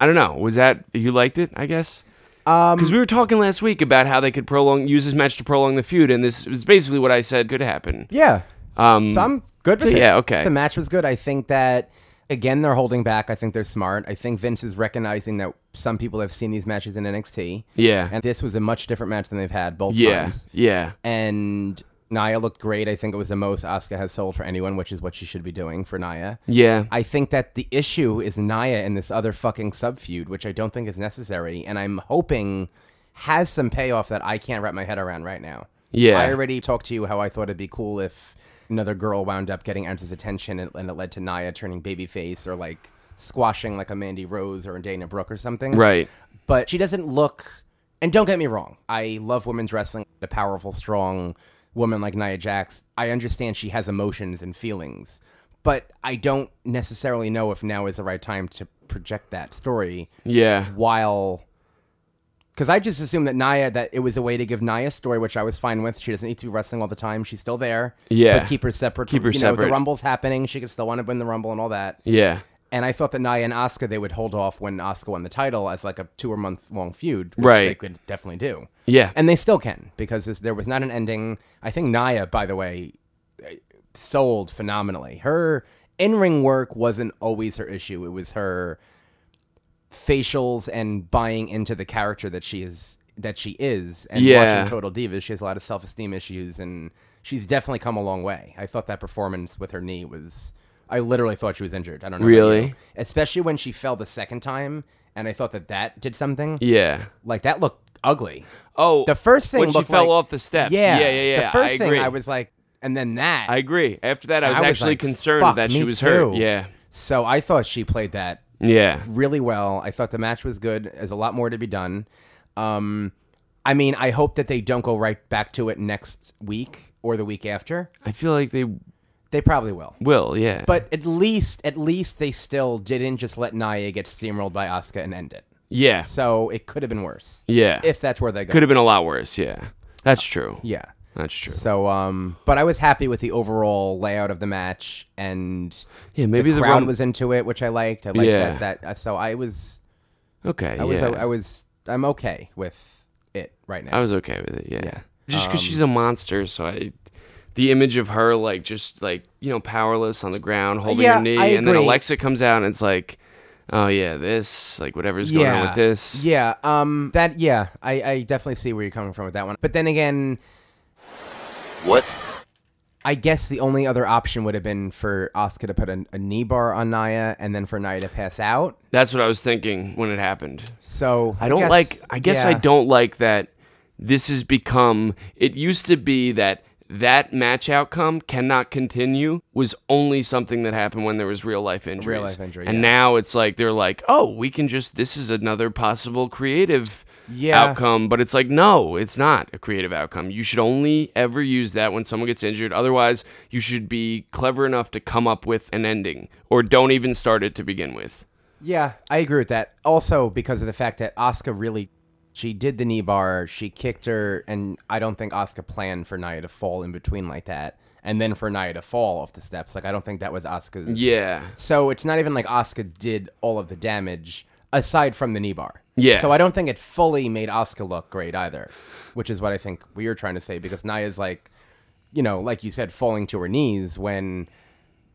S9: I don't know. Was that you liked it? I guess.
S8: Um,
S9: Because we were talking last week about how they could prolong, use this match to prolong the feud, and this is basically what I said could happen.
S8: Yeah.
S9: Um,
S8: So I'm good with
S9: so
S8: it.
S9: yeah, okay.
S8: The match was good. I think that again they're holding back. I think they're smart. I think Vince is recognizing that some people have seen these matches in NXT.
S9: Yeah.
S8: And this was a much different match than they've had both
S9: yeah,
S8: times.
S9: yeah,
S8: and Naya looked great. I think it was the most Asuka has sold for anyone, which is what she should be doing for Naya.
S9: yeah.
S8: I think that the issue is Naya and this other fucking sub feud, which I don't think is necessary, and I'm hoping has some payoff that I can't wrap my head around right now.
S9: Yeah.
S8: I already talked to you how I thought it'd be cool if another girl wound up getting Enter's attention and, and it led to Naya turning babyface or like squashing like a Mandy Rose or a Dana Brooke or something
S9: right.
S8: but she doesn't look and don't get me wrong i love women's wrestling a powerful strong woman like nia jax i understand she has emotions and feelings but i don't necessarily know if now is the right time to project that story
S9: Yeah,
S8: while because i just assumed that naya that it was a way to give naya's story which i was fine with she doesn't need to be wrestling all the time she's still there
S9: Yeah.
S8: but keep her separate
S9: Keep her
S8: you know
S9: separate.
S8: the rumble's happening she could still want to win the rumble and all that
S9: yeah,
S8: and I thought that Nia and Asuka they would hold off when Asuka won the title as like a two or month long feud, which
S9: Right.
S8: They could definitely do,
S9: yeah.
S8: and they still can because this, there was not an ending. I think Nia, by the way, eh, sold phenomenally. Her in ring work wasn't always her issue; it was her facials and buying into the character that she is that she is and
S9: Yeah.
S8: watching total divas she has a lot of self-esteem issues and she's definitely come a long way i thought that performance with her knee was i literally thought she was injured i don't know about
S9: Really?
S8: you. especially when she fell the second time and i thought that that did something
S9: yeah.
S8: like that looked ugly
S9: Oh,
S8: the first thing
S9: when she
S8: looked
S9: fell
S8: like-
S9: off the steps.
S8: yeah
S9: yeah, yeah. yeah.
S8: the first
S9: I
S8: thing
S9: agree.
S8: i was like and then that
S9: I agree. After that, I was
S8: I was
S9: actually
S8: like,
S9: concerned
S8: "Fuck,
S9: that she
S8: me
S9: was hurt.
S8: too.
S9: Yeah,
S8: so i thought she played that
S9: yeah.
S8: really well. I thought the match was good. There's a lot more to be done. Um, I mean, I hope that they don't go right back to it next week or the week after.
S9: I feel like they
S8: They probably will.
S9: will. Yeah,
S8: But at least, at least they still didn't just let Naya get steamrolled by Asuka and end it.
S9: yeah,
S8: So it could have been worse.
S9: yeah.
S8: If that's where they go.
S9: Could have been a lot worse. Yeah, that's true.
S8: Yeah.
S9: that's true.
S8: So, um, but I was happy with the overall layout of the match, and
S9: Yeah, maybe
S8: the
S9: the
S8: crowd
S9: rum-
S8: was into it, which I liked. I liked
S9: Yeah.
S8: that. that so I was,
S9: Okay,
S8: I was,
S9: yeah.
S8: I, was, I'm okay with it right now.
S9: I was okay with it. Yeah, just
S8: Um,
S9: because she's a monster, so I. The image of her, like just like you know, powerless on the ground, holding
S8: Yeah,
S9: her knee,
S8: I
S9: and then
S8: agree.
S9: Alexa comes out, and it's like, oh yeah, this like whatever's going on with this.
S8: Yeah, um, that yeah, I, I definitely see where you're coming from with that one. But then again,
S1: What?
S8: I guess the only other option would have been for Asuka to put a, a knee bar on Naya and then for Naya to pass out.
S9: That's what I was thinking when it happened.
S8: So
S9: I don't
S8: guess-
S9: like. I guess I
S8: yeah.
S9: don't like that. This has become. It used to be that that match outcome cannot continue was only something that happened when there was real life injuries.
S8: life injury,
S9: and
S8: yeah.
S9: now it's like they're like, oh, we can just. This is another possible creative.
S8: Yeah.
S9: Outcome, but it's like, no, it's not a creative outcome. You should only ever use that when someone gets injured. Otherwise, you should be clever enough to come up with an ending or don't even start it to begin with.
S8: Yeah, I agree with that. Also, because of the fact that Asuka really, she did the knee bar, she kicked her, and I don't think Asuka planned for Naya to fall in between like that, and then for Naya to fall off the steps. Like I don't think that was Asuka's.
S9: Yeah.
S8: So it's not even like Asuka did all of the damage aside from the knee bar.
S9: Yeah.
S8: So I don't think it fully made Asuka look great either, which is what I think we were trying to say because Naya's like, you know, like you said, falling to her knees when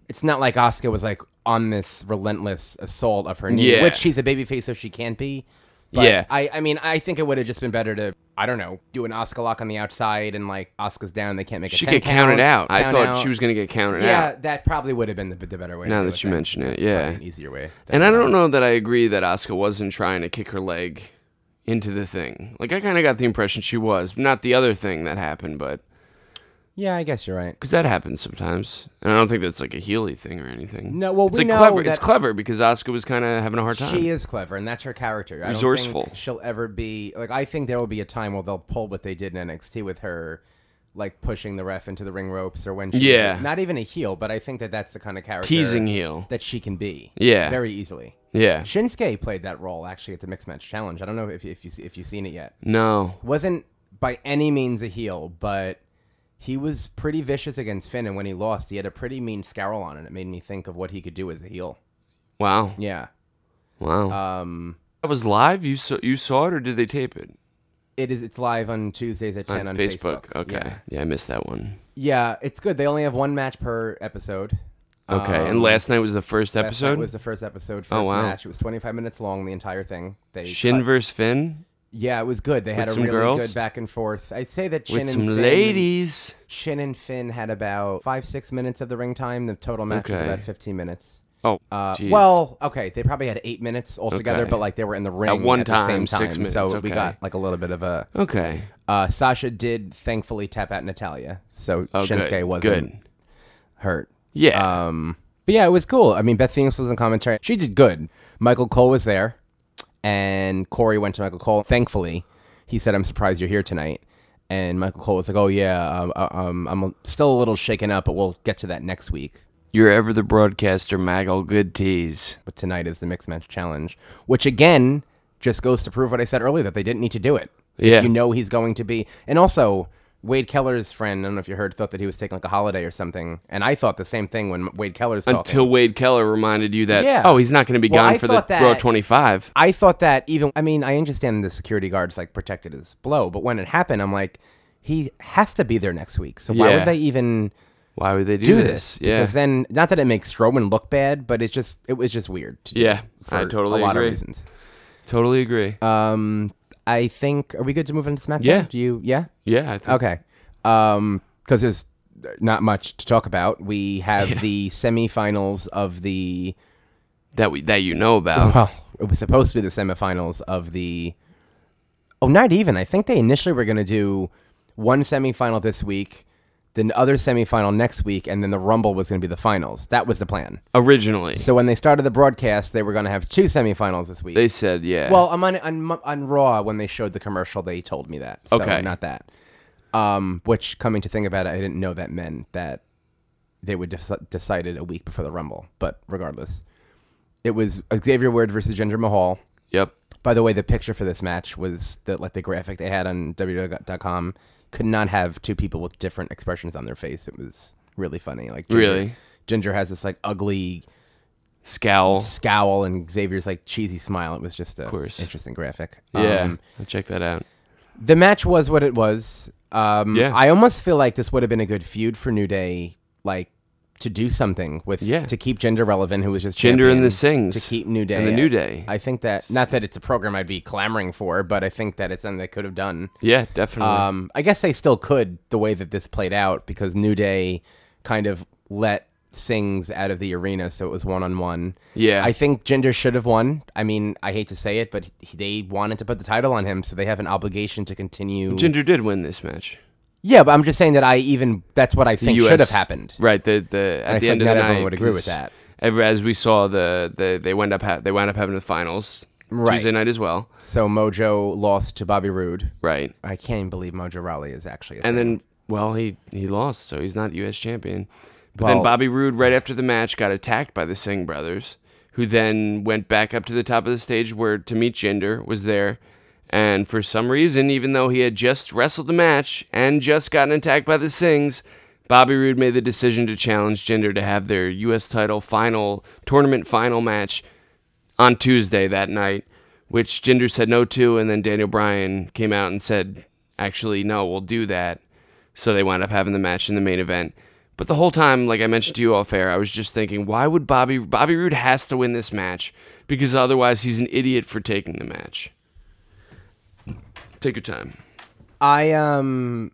S8: it's not like Asuka was like on this relentless assault of her knee,
S9: Yeah.
S8: which she's a babyface, so she can't be. But
S9: Yeah.
S8: I, I mean, I think it would have just been better to, I don't know, do an Asuka lock on the outside and like Asuka's down, they can't make a
S9: She
S8: 10
S9: get counted out.
S8: count,
S9: I
S8: count
S9: thought
S8: out.
S9: she was going to get counted
S8: Yeah,
S9: out.
S8: that probably would have been the, the better way. to
S9: Now
S8: do
S9: that you mention it,
S8: That's
S9: yeah.
S8: probably an easier way.
S9: And I don't know that I agree that Asuka wasn't trying to kick her leg into the thing. Like I kind of got the impression she was, not the other thing that happened, but
S8: Yeah, I guess you're right.
S9: because that happens sometimes, and I don't think that's like a Healy thing or anything.
S8: No, well,
S9: it's
S8: we
S9: like
S8: know
S9: clever. It's
S8: that-
S9: clever because Asuka was kind of having a hard time.
S8: She is clever, and that's her character. I Don't
S9: Resourceful.
S8: think she'll ever be like. I think there will be a time where they'll pull what they did in NXT with her, like pushing the ref into the ring ropes, or when she
S9: Yeah.
S8: not even a heel, but I think that that's the kind of character
S9: Teasing heel.
S8: that she can be.
S9: Yeah.
S8: very easily.
S9: yeah.
S8: Shinsuke played that role actually at the Mixed Match Challenge. I don't know if you- if you if you've seen it yet.
S9: No.
S8: wasn't by any means a heel, but he was pretty vicious against Finn, and when he lost, he had a pretty mean scowl on, and it made me think of what he could do as a heel.
S9: Wow.
S8: Yeah,
S9: Wow. Um. That was live. You saw. You saw it, or did they tape it
S8: it is. It's live on Tuesdays at ten on, Facebook.
S9: Okay.
S8: yeah.
S9: yeah, I missed that one.
S8: Yeah, it's good. They only have one match per episode.
S9: Okay, and last night was the first
S8: Um, Last night
S9: episode. Oh,
S8: was the first episode. First
S9: wow.
S8: match. It was twenty five minutes long. The entire thing. They
S9: Shin
S8: cut-
S9: versus Finn
S8: Yeah, it was good. They had
S9: with
S8: a
S9: some
S8: really
S9: girls?
S8: good back and forth. I'd say that Shin
S9: with
S8: and
S9: some
S8: Finn,
S9: ladies.
S8: Shin and Finn had about five six minutes of the ring time. The total match was
S9: Okay.
S8: about fifteen minutes.
S9: Oh,
S8: Uh,
S9: jeez.
S8: well, okay, they probably had eight minutes altogether,
S9: Okay.
S8: but like they were in the ring
S9: At one
S8: the
S9: time,
S8: same
S9: six
S8: time,
S9: minutes,
S8: so we
S9: okay.
S8: got like a little bit of a.
S9: okay.
S8: Uh, Sasha did thankfully tap out Natalia, so
S9: Oh,
S8: Shinsuke
S9: good.
S8: wasn't
S9: good.
S8: hurt.
S9: Yeah,
S8: Um, but yeah, it was cool. I mean, Beth Phoenix was in commentary. She did good. Michael Cole was there, and Corey went to Michael Cole. Thankfully, he said, "I'm surprised you're here tonight." And Michael Cole was like, "Oh yeah, um, uh, um, I'm still a little shaken up, but we'll get to that next week."
S9: you're ever the broadcaster, Mag. All good teas.
S8: But tonight is the mixed match challenge, which again just goes to prove what I said earlier that they didn't need to do it.
S9: Yeah.
S8: you know he's going to be, and also. Wade Keller's friend, I don't know if you heard, thought that he was taking like a holiday or something, and I thought the same thing when Wade Keller's talking.
S9: Until Wade Keller reminded you that
S8: Yeah.
S9: oh, he's not going to be
S8: Well,
S9: gone
S8: I
S9: for the
S8: thought that-
S9: Raw 25.
S8: I thought that even I mean, I understand the security guards like protected his blow, but when it happened, I'm like, he has to be there next week. So why
S9: Yeah.
S8: would they even
S9: Why would they do,
S8: do
S9: this?
S8: this?
S9: Yeah,
S8: Because then not that it makes Strowman look bad, but it's just it was just weird to do
S9: Yeah,
S8: for
S9: I totally
S8: a lot
S9: agree.
S8: of reasons.
S9: totally agree.
S8: Uh, I think are we good to move into SmackDown?
S9: Yeah.
S8: Do you yeah?
S9: yeah, I think
S8: Okay. Um because there's not much to talk about. We have the semifinals of the
S9: that we that you know about.
S8: well, it was supposed to be the semifinals of the. Oh, not even. I think they initially were going to do one semifinal this week, then other semifinal next week, and then the Rumble was going to be the finals. That was the plan.
S9: Originally,
S8: So when they started the broadcast, they were going to have two semifinals this week.
S9: they said yeah.
S8: well, I'm on, on Mo- on Raw when they showed the commercial, they told me that. So
S9: Okay.
S8: not that. Um, which coming to think about it, I didn't know that meant that they would dec- decided a week before the Rumble. But regardless, it was Xavier Ward versus Jinder Mahal.
S9: yep.
S8: By the way, the picture for this match was the like the graphic they had on WWE.com could not have two people with different expressions on their face. It was really funny. Like Ginger,
S9: Really?
S8: Ginger has this like ugly
S9: Scowl.
S8: scowl and Xavier's like cheesy smile. It was just a
S9: course.
S8: interesting graphic.
S9: Yeah,
S8: Um,
S9: I'll check that out.
S8: the match was what it was. Um,
S9: Yeah.
S8: I almost feel like this would have been a good feud for New Day, like to do something with
S9: Yeah.
S8: to keep Ginger relevant, who was just
S9: Ginger and
S8: champion,
S9: the Sings
S8: to keep New Day
S9: and the New Day.
S8: I think that not that it's a program I'd be clamoring for, but I think that it's something they could have done.
S9: Yeah, definitely.
S8: Um, I guess they still could the way that this played out because New Day kind of let Sings out of the arena, so it was one on one.
S9: Yeah.
S8: I think Jinder should have won. I mean, I hate to say it, but he, they wanted to put the title on him, so they have an obligation to continue.
S9: Ginger did win this match.
S8: yeah, but I'm just saying that I even that's what I
S9: The
S8: think should have
S9: US
S8: happened.
S9: Right. The the at
S8: I
S9: the
S8: think
S9: end of the
S8: not everyone
S9: night,
S8: would agree with
S9: 'cause
S8: that.
S9: ev- as we saw, the, the they wound up ha- they wound up having the finals
S8: Right.
S9: Tuesday night as well.
S8: So Mojo lost to Bobby Roode.
S9: Right.
S8: I can't even believe Mojo Rawley is actually. A
S9: And
S8: thing.
S9: then, well, he he lost, so he's not U.S. champion. But
S8: Well-
S9: then Bobby Roode, right after the match, got attacked by the Singh brothers, who then went back up to the top of the stage where to meet Jinder was there. And for some reason, even though he had just wrestled the match and just gotten attacked by the Singhs, Bobby Roode made the decision to challenge Jinder to have their U.S. title final tournament final match on Tuesday that night, which Jinder said no to, and then Daniel Bryan came out and said, actually, no, we'll do that. So they wound up having the match in the main event. But the whole time, like I mentioned to you off air, I was just thinking, why would Bobby Bobby Roode has to win this match because otherwise he's an idiot for taking the match. Take your time.
S8: I um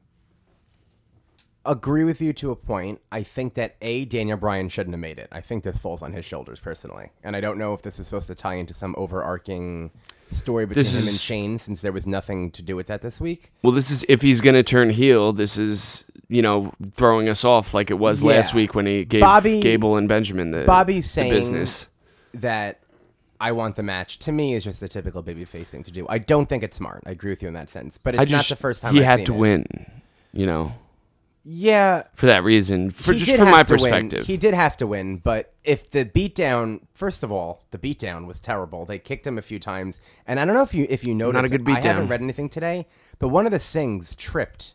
S8: agree with you to a point. I think that a Daniel Bryan shouldn't have made it. I think this falls on his shoulders personally, and I don't know if this is supposed to tie into some overarching story between
S9: This
S8: him and
S9: is-
S8: Shane, since there was nothing to do with that this week.
S9: Well, this is if he's going to turn heel. This is you know throwing us off like it was
S8: Yeah.
S9: last week when he gave
S8: Bobby-
S9: Gable and Benjamin the
S8: Bobby's
S9: the
S8: saying
S9: business.
S8: That I want the match to me is just a typical babyface thing to do. I don't think it's smart. I agree with you in that sense, but it's
S9: I just
S8: not the first time
S9: he
S8: I've
S9: had
S8: seen
S9: to
S8: it.
S9: win. You know,
S8: Yeah,
S9: for that reason, for
S8: he
S9: just
S8: did
S9: from
S8: have
S9: my
S8: to win.
S9: perspective.
S8: He did have to win, but if the beatdown, first of all, the beatdown was terrible. They kicked him a few times, and I don't know if you if you noticed.
S9: a good
S8: I haven't
S9: beatdown.
S8: read anything today, but one of the Singhs tripped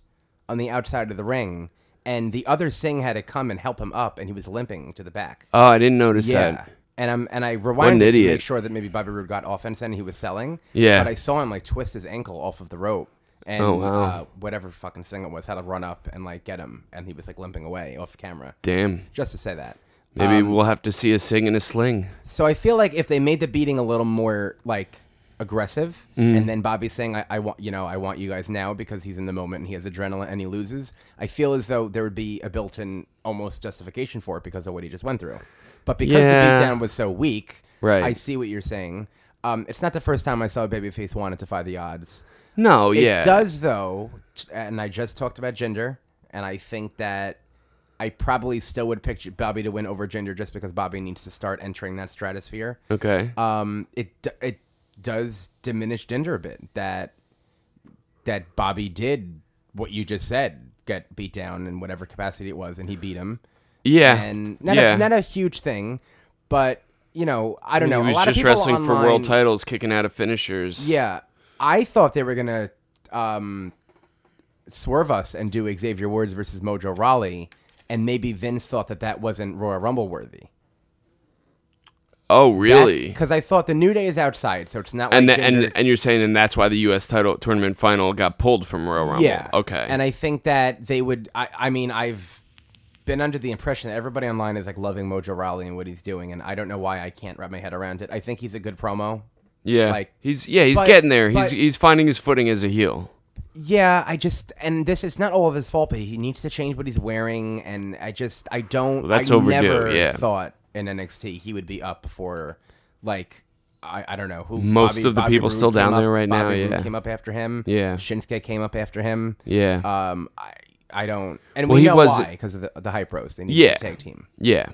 S8: on the outside of the ring, and the other Singh had to come and help him up, and he was limping to the back.
S9: Oh, I didn't notice
S8: yeah.
S9: that.
S8: And I'm and I rewound it to
S9: idiot.
S8: make sure that maybe Bobby Roode got offense and he was selling.
S9: Yeah.
S8: But I saw him like twist his ankle off of the rope. And
S9: Oh, wow.
S8: uh, whatever fucking thing it was had to run up and like get him and he was like limping away off camera
S9: Damn.
S8: just to say that.
S9: Maybe
S8: Um,
S9: we'll have to see a sing and a sling.
S8: So I feel like if they made the beating a little more like aggressive,
S9: Mm.
S8: and then Bobby's saying, I, "I want you know, I want you guys now," because he's in the moment and he has adrenaline and he loses, I feel as though there would be a built-in almost justification for it because of what he just went through. But because
S9: Yeah.
S8: the beatdown was so weak,
S9: Right.
S8: I see what you're saying. Um, it's not the first time I saw a babyface wanted to defy the odds.
S9: No,
S8: It
S9: yeah.
S8: does though, t- and I just talked about gender, and I think that I probably still would pick Bobby to win over gender just because Bobby needs to start entering that stratosphere.
S9: Okay.
S8: Um, it d- it does diminish gender a bit that that Bobby did what you just said, get beat down in whatever capacity it was, and he beat him,
S9: yeah.
S8: and not
S9: Uh, yeah.
S8: a, not a huge thing, but you know I don't know.
S9: he
S8: a
S9: was
S8: lot
S9: just
S8: of people
S9: wrestling for world
S8: online-
S9: titles, kicking out of finishers.
S8: yeah, I thought they were gonna um, swerve us and do Xavier Woods versus Mojo Raleigh, and maybe Vince thought that that wasn't Royal Rumble worthy.
S9: Oh, really?
S8: Because I thought the New Day is outside, so it's not like
S9: And the,
S8: gender-
S9: and and you're saying and that's why the U.S. title tournament final got pulled from Royal Rumble.
S8: yeah,
S9: Okay.
S8: And I think that they would. I, I mean, I've been under the impression that everybody online is like loving Mojo Raleigh and what he's doing, and I don't know why I can't wrap my head around it. I think he's a good promo.
S9: yeah.
S8: like-
S9: he's yeah he's
S8: but-
S9: getting there. He's
S8: but-
S9: he's finding his footing as a heel.
S8: Yeah, I just and this is not all of his fault, but he needs to change what he's wearing, and I just I don't.
S9: Well, that's
S8: I
S9: overdue,
S8: never
S9: yeah.
S8: thought in NXT he would be up before, like I, I don't know who.
S9: Most of the people
S8: Roode
S9: still down
S8: came up-
S9: there right now,
S8: Bobby Roode
S9: yeah.
S8: came up after him.
S9: Yeah.
S8: Shinsuke came up after him.
S9: Yeah.
S8: Um, I I don't, and
S9: Well,
S8: we
S9: he
S8: know
S9: was-
S8: why because of the, the hype roast. They need
S9: Yeah.
S8: to be tag team,
S9: Yeah.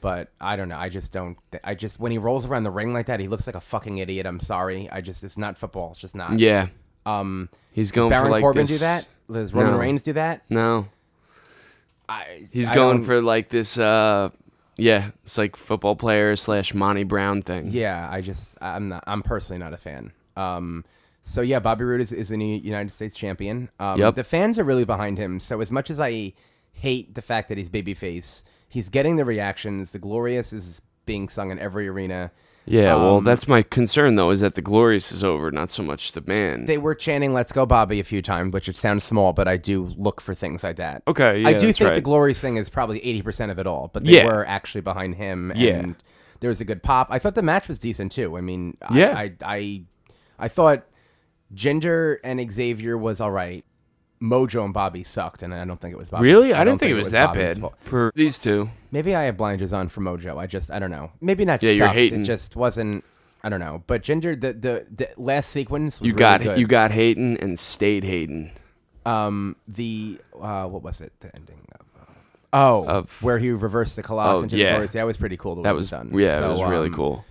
S8: but I don't know. I just don't. thi- I just when he rolls around the ring like that, he looks like a fucking idiot. I'm sorry. I just it's not football. It's just not.
S9: Yeah.
S8: Um.
S9: He's
S8: Does
S9: going
S8: Baron
S9: for like
S8: Corbin
S9: this.
S8: do that? Does Roman
S9: No.
S8: Reigns do that?
S9: No.
S8: I,
S9: He's
S8: I
S9: going
S8: don't-
S9: for like this. uh Yeah, it's like football player slash Monty Brown thing.
S8: Yeah, I just I'm not. I'm personally not a fan. Um. So yeah, Bobby Roode is, is the new United States champion. Um,
S9: Yep.
S8: The fans are really behind him. So as much as I hate the fact that he's babyface, he's getting the reactions. The glorious is being sung in every arena.
S9: Yeah, well,
S8: Um,
S9: that's my concern though, is that the glorious is over, not so much the man.
S8: They were chanting "Let's go, Bobby" a few times, which it sounds small, but I do look for things like that.
S9: Okay,
S8: I
S9: yeah,
S8: do
S9: that's
S8: think the
S9: right.
S8: glorious thing is probably eighty percent of it all, but they
S9: Yeah.
S8: were actually behind him. And
S9: Yeah.
S8: there was a good pop. I thought the match was decent too. I mean, I,
S9: Yeah.
S8: I, I, I thought Ginger and Xavier was all right. Mojo and Bobby sucked, and I don't think it was Bobby.
S9: really? I, didn't think, it was, that
S8: Bobby's
S9: bad
S8: fault.
S9: for these two.
S8: Maybe I have blinders on for Mojo. I just I don't know. Maybe not.
S9: Yeah, you're
S8: sucked.
S9: hating.
S8: It just wasn't. I don't know. But Ginger, the the, the last sequence. Was
S9: You
S8: really
S9: got
S8: good.
S9: you got hating and stayed hating.
S8: um the uh what was it the ending of. uh, Oh,
S9: Of-
S8: where he reversed the Colossus
S9: Oh,
S8: into
S9: yeah.
S8: the Glorious. That was pretty cool. The way
S9: That
S8: it
S9: was
S8: done.
S9: yeah, it
S8: So,
S9: was really
S8: um,
S9: cool.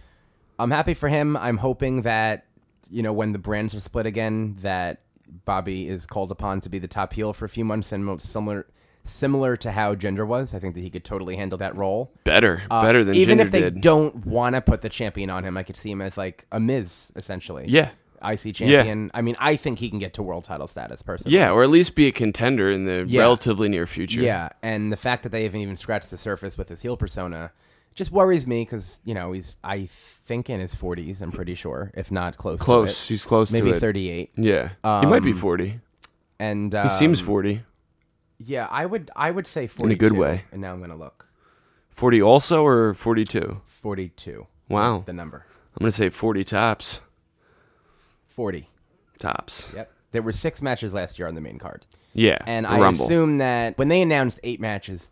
S8: I'm happy for him. I'm hoping that you know when the brands are split again, that Bobby is called upon to be the top heel for a few months, and most similar similar to how Ginger was. I think that he could totally handle that role.
S9: Better,
S8: Uh,
S9: better than
S8: even
S9: Ginger
S8: if they
S9: did.
S8: don't want to put the champion on him. I could see him as like a Miz essentially.
S9: Yeah.
S8: IC champion. I mean, I think he can get to world title status personally.
S9: yeah, or at least be a contender in the
S8: Yeah.
S9: relatively near future.
S8: yeah. And the fact that they haven't even scratched the surface with his heel persona just worries me because you know he's I think in his 40s. I'm pretty sure, if not close. to
S9: Close.
S8: it.
S9: He's close
S8: Maybe Um,
S9: to it.
S8: 38.
S9: Yeah. he might be 40.
S8: And uh
S9: He seems 40.
S8: Yeah, I would. I would say 42.
S9: In a good way.
S8: And now I'm gonna look.
S9: 40 also or 42?
S8: 42.
S9: Wow.
S8: The number.
S9: I'm going to say 40 tops.
S8: 40.
S9: Tops.
S8: Yep. There were six matches last year on the main card.
S9: Yeah.
S8: And
S9: the
S8: I
S9: Rumble.
S8: assume that when they announced eight matches,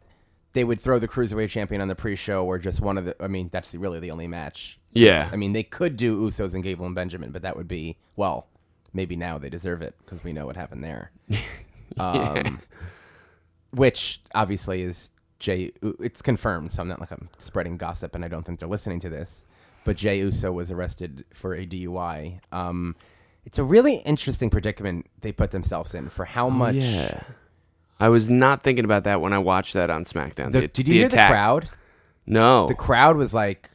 S8: they would throw the cruiserweight champion on the pre-show or just one of the. I mean, that's the- really the only match.
S9: Yeah.
S8: I mean, they could do Usos and Gable and Benjamin, but that would be well, maybe now they deserve it because we know what happened there. um, which obviously is Jay. U- It's confirmed, so I'm not like I'm spreading gossip, and I don't think they're listening to this. But Jay Uso was arrested for a DUI. Um, it's a really interesting predicament they put themselves in for how much.
S9: Oh, yeah. I was not thinking about that when I watched that on SmackDown.
S8: The,
S9: The-
S8: did you
S9: the
S8: hear
S9: attack.
S8: the crowd?
S9: No.
S8: The crowd was like,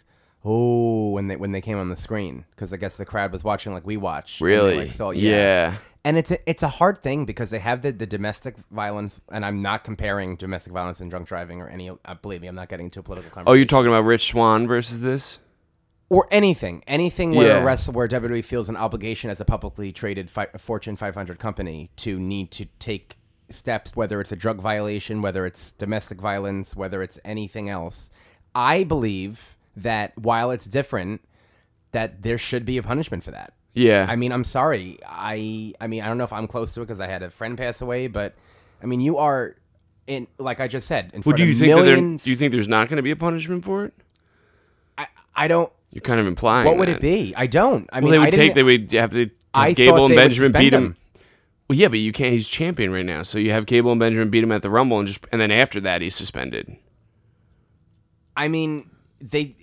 S8: "Oh!" when they when they came on the screen because I guess the crowd was watching like we watch. and they,
S9: Really?
S8: like, saw-
S9: Yeah.
S8: And it's a, it's a hard thing because they have the, the domestic violence, and I'm not comparing domestic violence and drunk driving or any. Uh, believe me, I'm not getting into a political
S9: oh,
S8: conversation.
S9: you're talking about Rich Swan versus this?
S8: or anything, anything where
S9: Yeah.
S8: a wrestler, where WWE feels an obligation as a publicly traded fi- Fortune 500 company to need to take steps, whether it's a drug violation, whether it's domestic violence, whether it's anything else. I believe that while it's different, that there should be a punishment for that.
S9: Yeah.
S8: I mean, I'm sorry. I I mean, I don't know if I'm close to it because I had a friend pass away, but I mean, you are in like I just said. In
S9: well,
S8: front
S9: do you
S8: of
S9: think that there,
S8: millions,
S9: do you think there's not going to be a punishment for it?
S8: I don't?
S9: You're kind of implying.
S8: What would it
S9: that.
S8: be? I don't. I
S9: Well,
S8: mean,
S9: they
S8: I
S9: would
S8: didn't-
S9: take. They would have to.
S8: I
S9: Have Gable
S8: thought
S9: and
S8: they would
S9: Benjamin
S8: suspend
S9: beat him.
S8: him.
S9: Well, yeah, but you can't. He's champion right now, so you have Gable and Benjamin beat him at the Rumble, and just and then after that he's suspended.
S8: I mean, they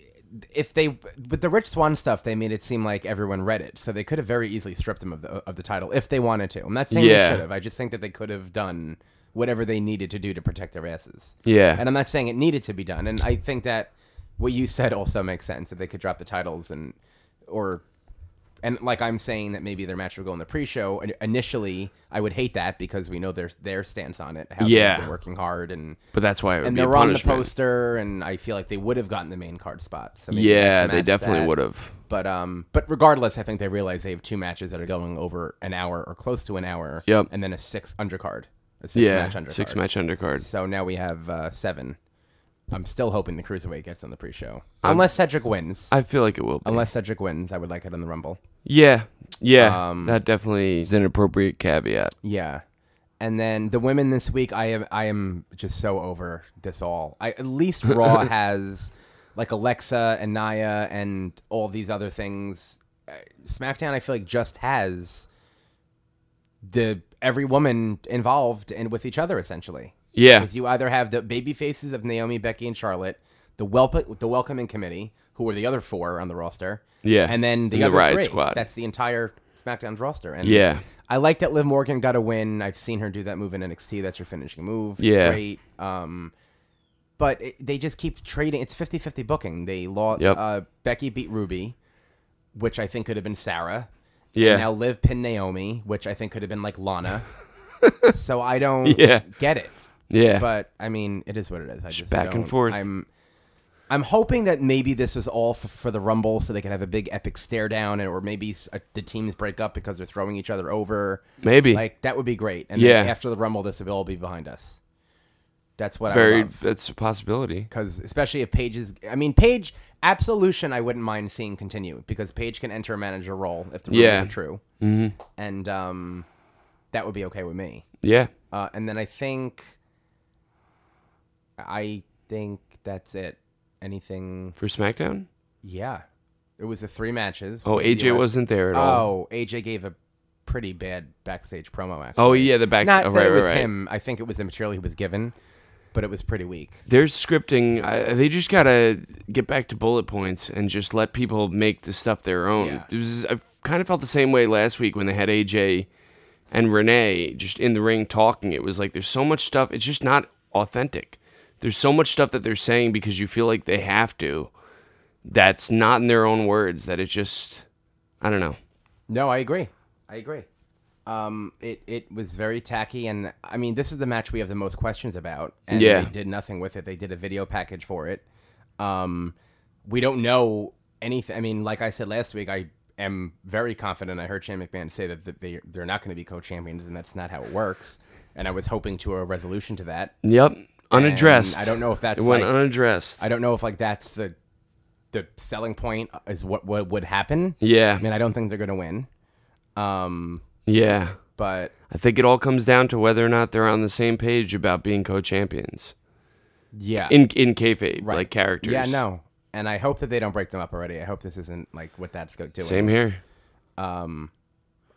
S8: if they with the Rich Swan stuff, they made it seem like everyone read it, so they could have very easily stripped him of the of the title if they wanted to. I'm not saying
S9: Yeah.
S8: they should have. I just think that they could have done whatever they needed to do to protect their asses.
S9: Yeah.
S8: and I'm not saying it needed to be done. And I think that what you said also makes sense that they could drop the titles and or. And like I'm saying that maybe their match would go in the pre-show. And initially, I would hate that because we know their their stance on it. How
S9: Yeah.
S8: they've been working hard and
S9: But that's why it would
S8: and
S9: be a
S8: they're on the
S9: punishment.
S8: poster, and I feel like they would have gotten the main card spot. So maybe
S9: yeah,
S8: let's
S9: they
S8: match
S9: definitely
S8: that.
S9: would have.
S8: But um, but regardless, I think they realize they have two matches that are going over an hour or close to an hour.
S9: Yep.
S8: And then a six undercard, a six
S9: Yeah,
S8: match undercard.
S9: six match undercard.
S8: So now we have uh, seven. I'm still hoping the cruiserweight gets on the pre-show, unless Cedric wins.
S9: I feel like it will. Be.
S8: Unless Cedric wins, I would like it on the Rumble.
S9: yeah, yeah,
S8: Um,
S9: that definitely is an appropriate caveat.
S8: Yeah. And then the women this week, I am I am just so over this all. I at least Raw has like Alexa and Naya and all these other things. Uh, SmackDown, I feel like just has the every woman involved and with each other essentially.
S9: Yeah.
S8: because you either have the baby faces of Naomi, Becky, and Charlotte, the welp- the welcoming committee, who are the other four on the roster.
S9: Yeah.
S8: and then the
S9: And the
S8: other
S9: Riot
S8: three.
S9: Squad.
S8: That's the entire SmackDown's roster. And
S9: Yeah.
S8: I like that Liv Morgan got a win. I've seen her do that move in NXT. That's your finishing move. It's
S9: Yeah.
S8: great. Um, but it, they just keep trading. It's 50-50 booking. They lost.
S9: Yep.
S8: Uh, Becky beat Ruby, which I think could have been Sarah.
S9: Yeah,
S8: And now Liv pinned Naomi, which I think could have been like Lana. so I don't
S9: Yeah.
S8: get it.
S9: yeah,
S8: But I mean, it is what it is. I just
S9: back and
S8: don't-
S9: forth.
S8: I'm I'm hoping that maybe this was all for, for the Rumble, so they could have a big epic stare down, and or maybe s- uh, the teams break up because they're throwing each other over.
S9: Maybe.
S8: like that would be great. And then
S9: Yeah.
S8: after the Rumble, this will all be behind us. That's what I
S9: Very,
S8: would love.
S9: that's a possibility.
S8: Because especially if Paige is, I mean, Paige absolution, I wouldn't mind seeing continue because Paige can enter a manager role if the rumors
S9: Yeah.
S8: are true, mm-hmm. and um, that would be okay with me.
S9: Yeah.
S8: Uh, and then I think, I think that's it. Anything?
S9: For SmackDown?
S8: Yeah, it was the three matches.
S9: Oh,
S8: It was the
S9: AJ
S8: US
S9: wasn't there at all.
S8: Oh, AJ gave a pretty bad backstage promo. Actually.
S9: Oh, yeah, the back-
S8: Not
S9: oh,
S8: that
S9: right,
S8: it
S9: right,
S8: was
S9: right.
S8: him. I think it was the material he was given, but it was pretty weak.
S9: Their scripting, I, they just got to get back to bullet points and just let people make the stuff their own.
S8: Yeah.
S9: It was, I kind of felt the same way last week when they had AJ and Renee just in the ring talking. It was like there's so much stuff, it's just not authentic. There's so much stuff that they're saying because you feel like they have to that's not in their own words, that it just, I don't know.
S8: No, I agree. I agree. Um, it it was very tacky, and I mean, this is the match we have the most questions about. And
S9: Yeah.
S8: they did nothing with it. They did a video package for it. Um, we don't know anything. I mean, like I said last week, I am very confident. I heard Shane McMahon say that th- they they're not going to be co champions, and that's not how it works. And I was hoping to a resolution to that.
S9: Yep. Unaddressed.
S8: I don't know if that's
S9: It went
S8: like-
S9: unaddressed.
S8: I don't know if like that's the the selling point is what what would happen.
S9: yeah.
S8: I mean, I don't think they're going to win. Um,
S9: yeah.
S8: but
S9: I think it all comes down to whether or not they're on the same page about being co-champions
S8: yeah,
S9: in in kayfabe,
S8: Right.
S9: like characters.
S8: Yeah, no. And I hope that they don't break them up already. I hope this isn't like what that's go- doing.
S9: Same here.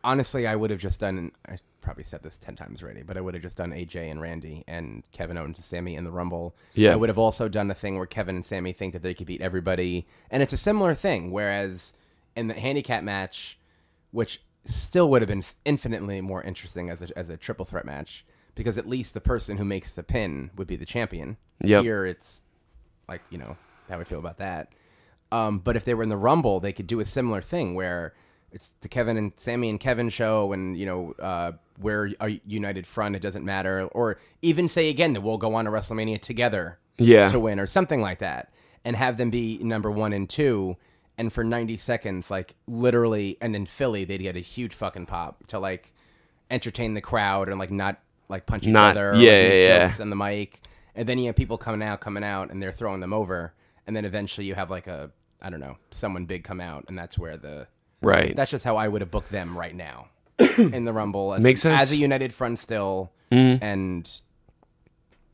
S8: Honestly, I would have just done. I probably said this ten times already, but I would have just done AJ and Randy and Kevin Owens and Sammy in the Rumble.
S9: Yeah.
S8: I would have also done a thing where Kevin and Sammy think that they could beat everybody, and it's a similar thing. Whereas in the handicap match, which still would have been infinitely more interesting as a, as a triple threat match, because at least the person who makes the pin would be the champion.
S9: Yep.
S8: Here, it's like you know how I feel about that. Um, but if they were in the Rumble, they could do a similar thing where it's the Kevin and Sammy and Kevin show, and you know uh, we're a united front. It doesn't matter, or even say again that we'll go on to WrestleMania together,
S9: Yeah.
S8: to win or something like that, and have them be number one and two. And for 90 seconds, like literally, and in Philly, they'd get a huge fucking pop to like entertain the crowd and like not like punch each
S9: Not-
S8: other, or,
S9: yeah,
S8: like, make
S9: yeah, yeah.
S8: jokes on the mic, and then you have people coming out, coming out, and they're throwing them over, and then eventually you have like a I don't know someone big come out, and that's where the
S9: Right.
S8: that's just how I would have booked them right now in the Rumble. As,
S9: Makes sense. Mm.
S8: as a United Front still, and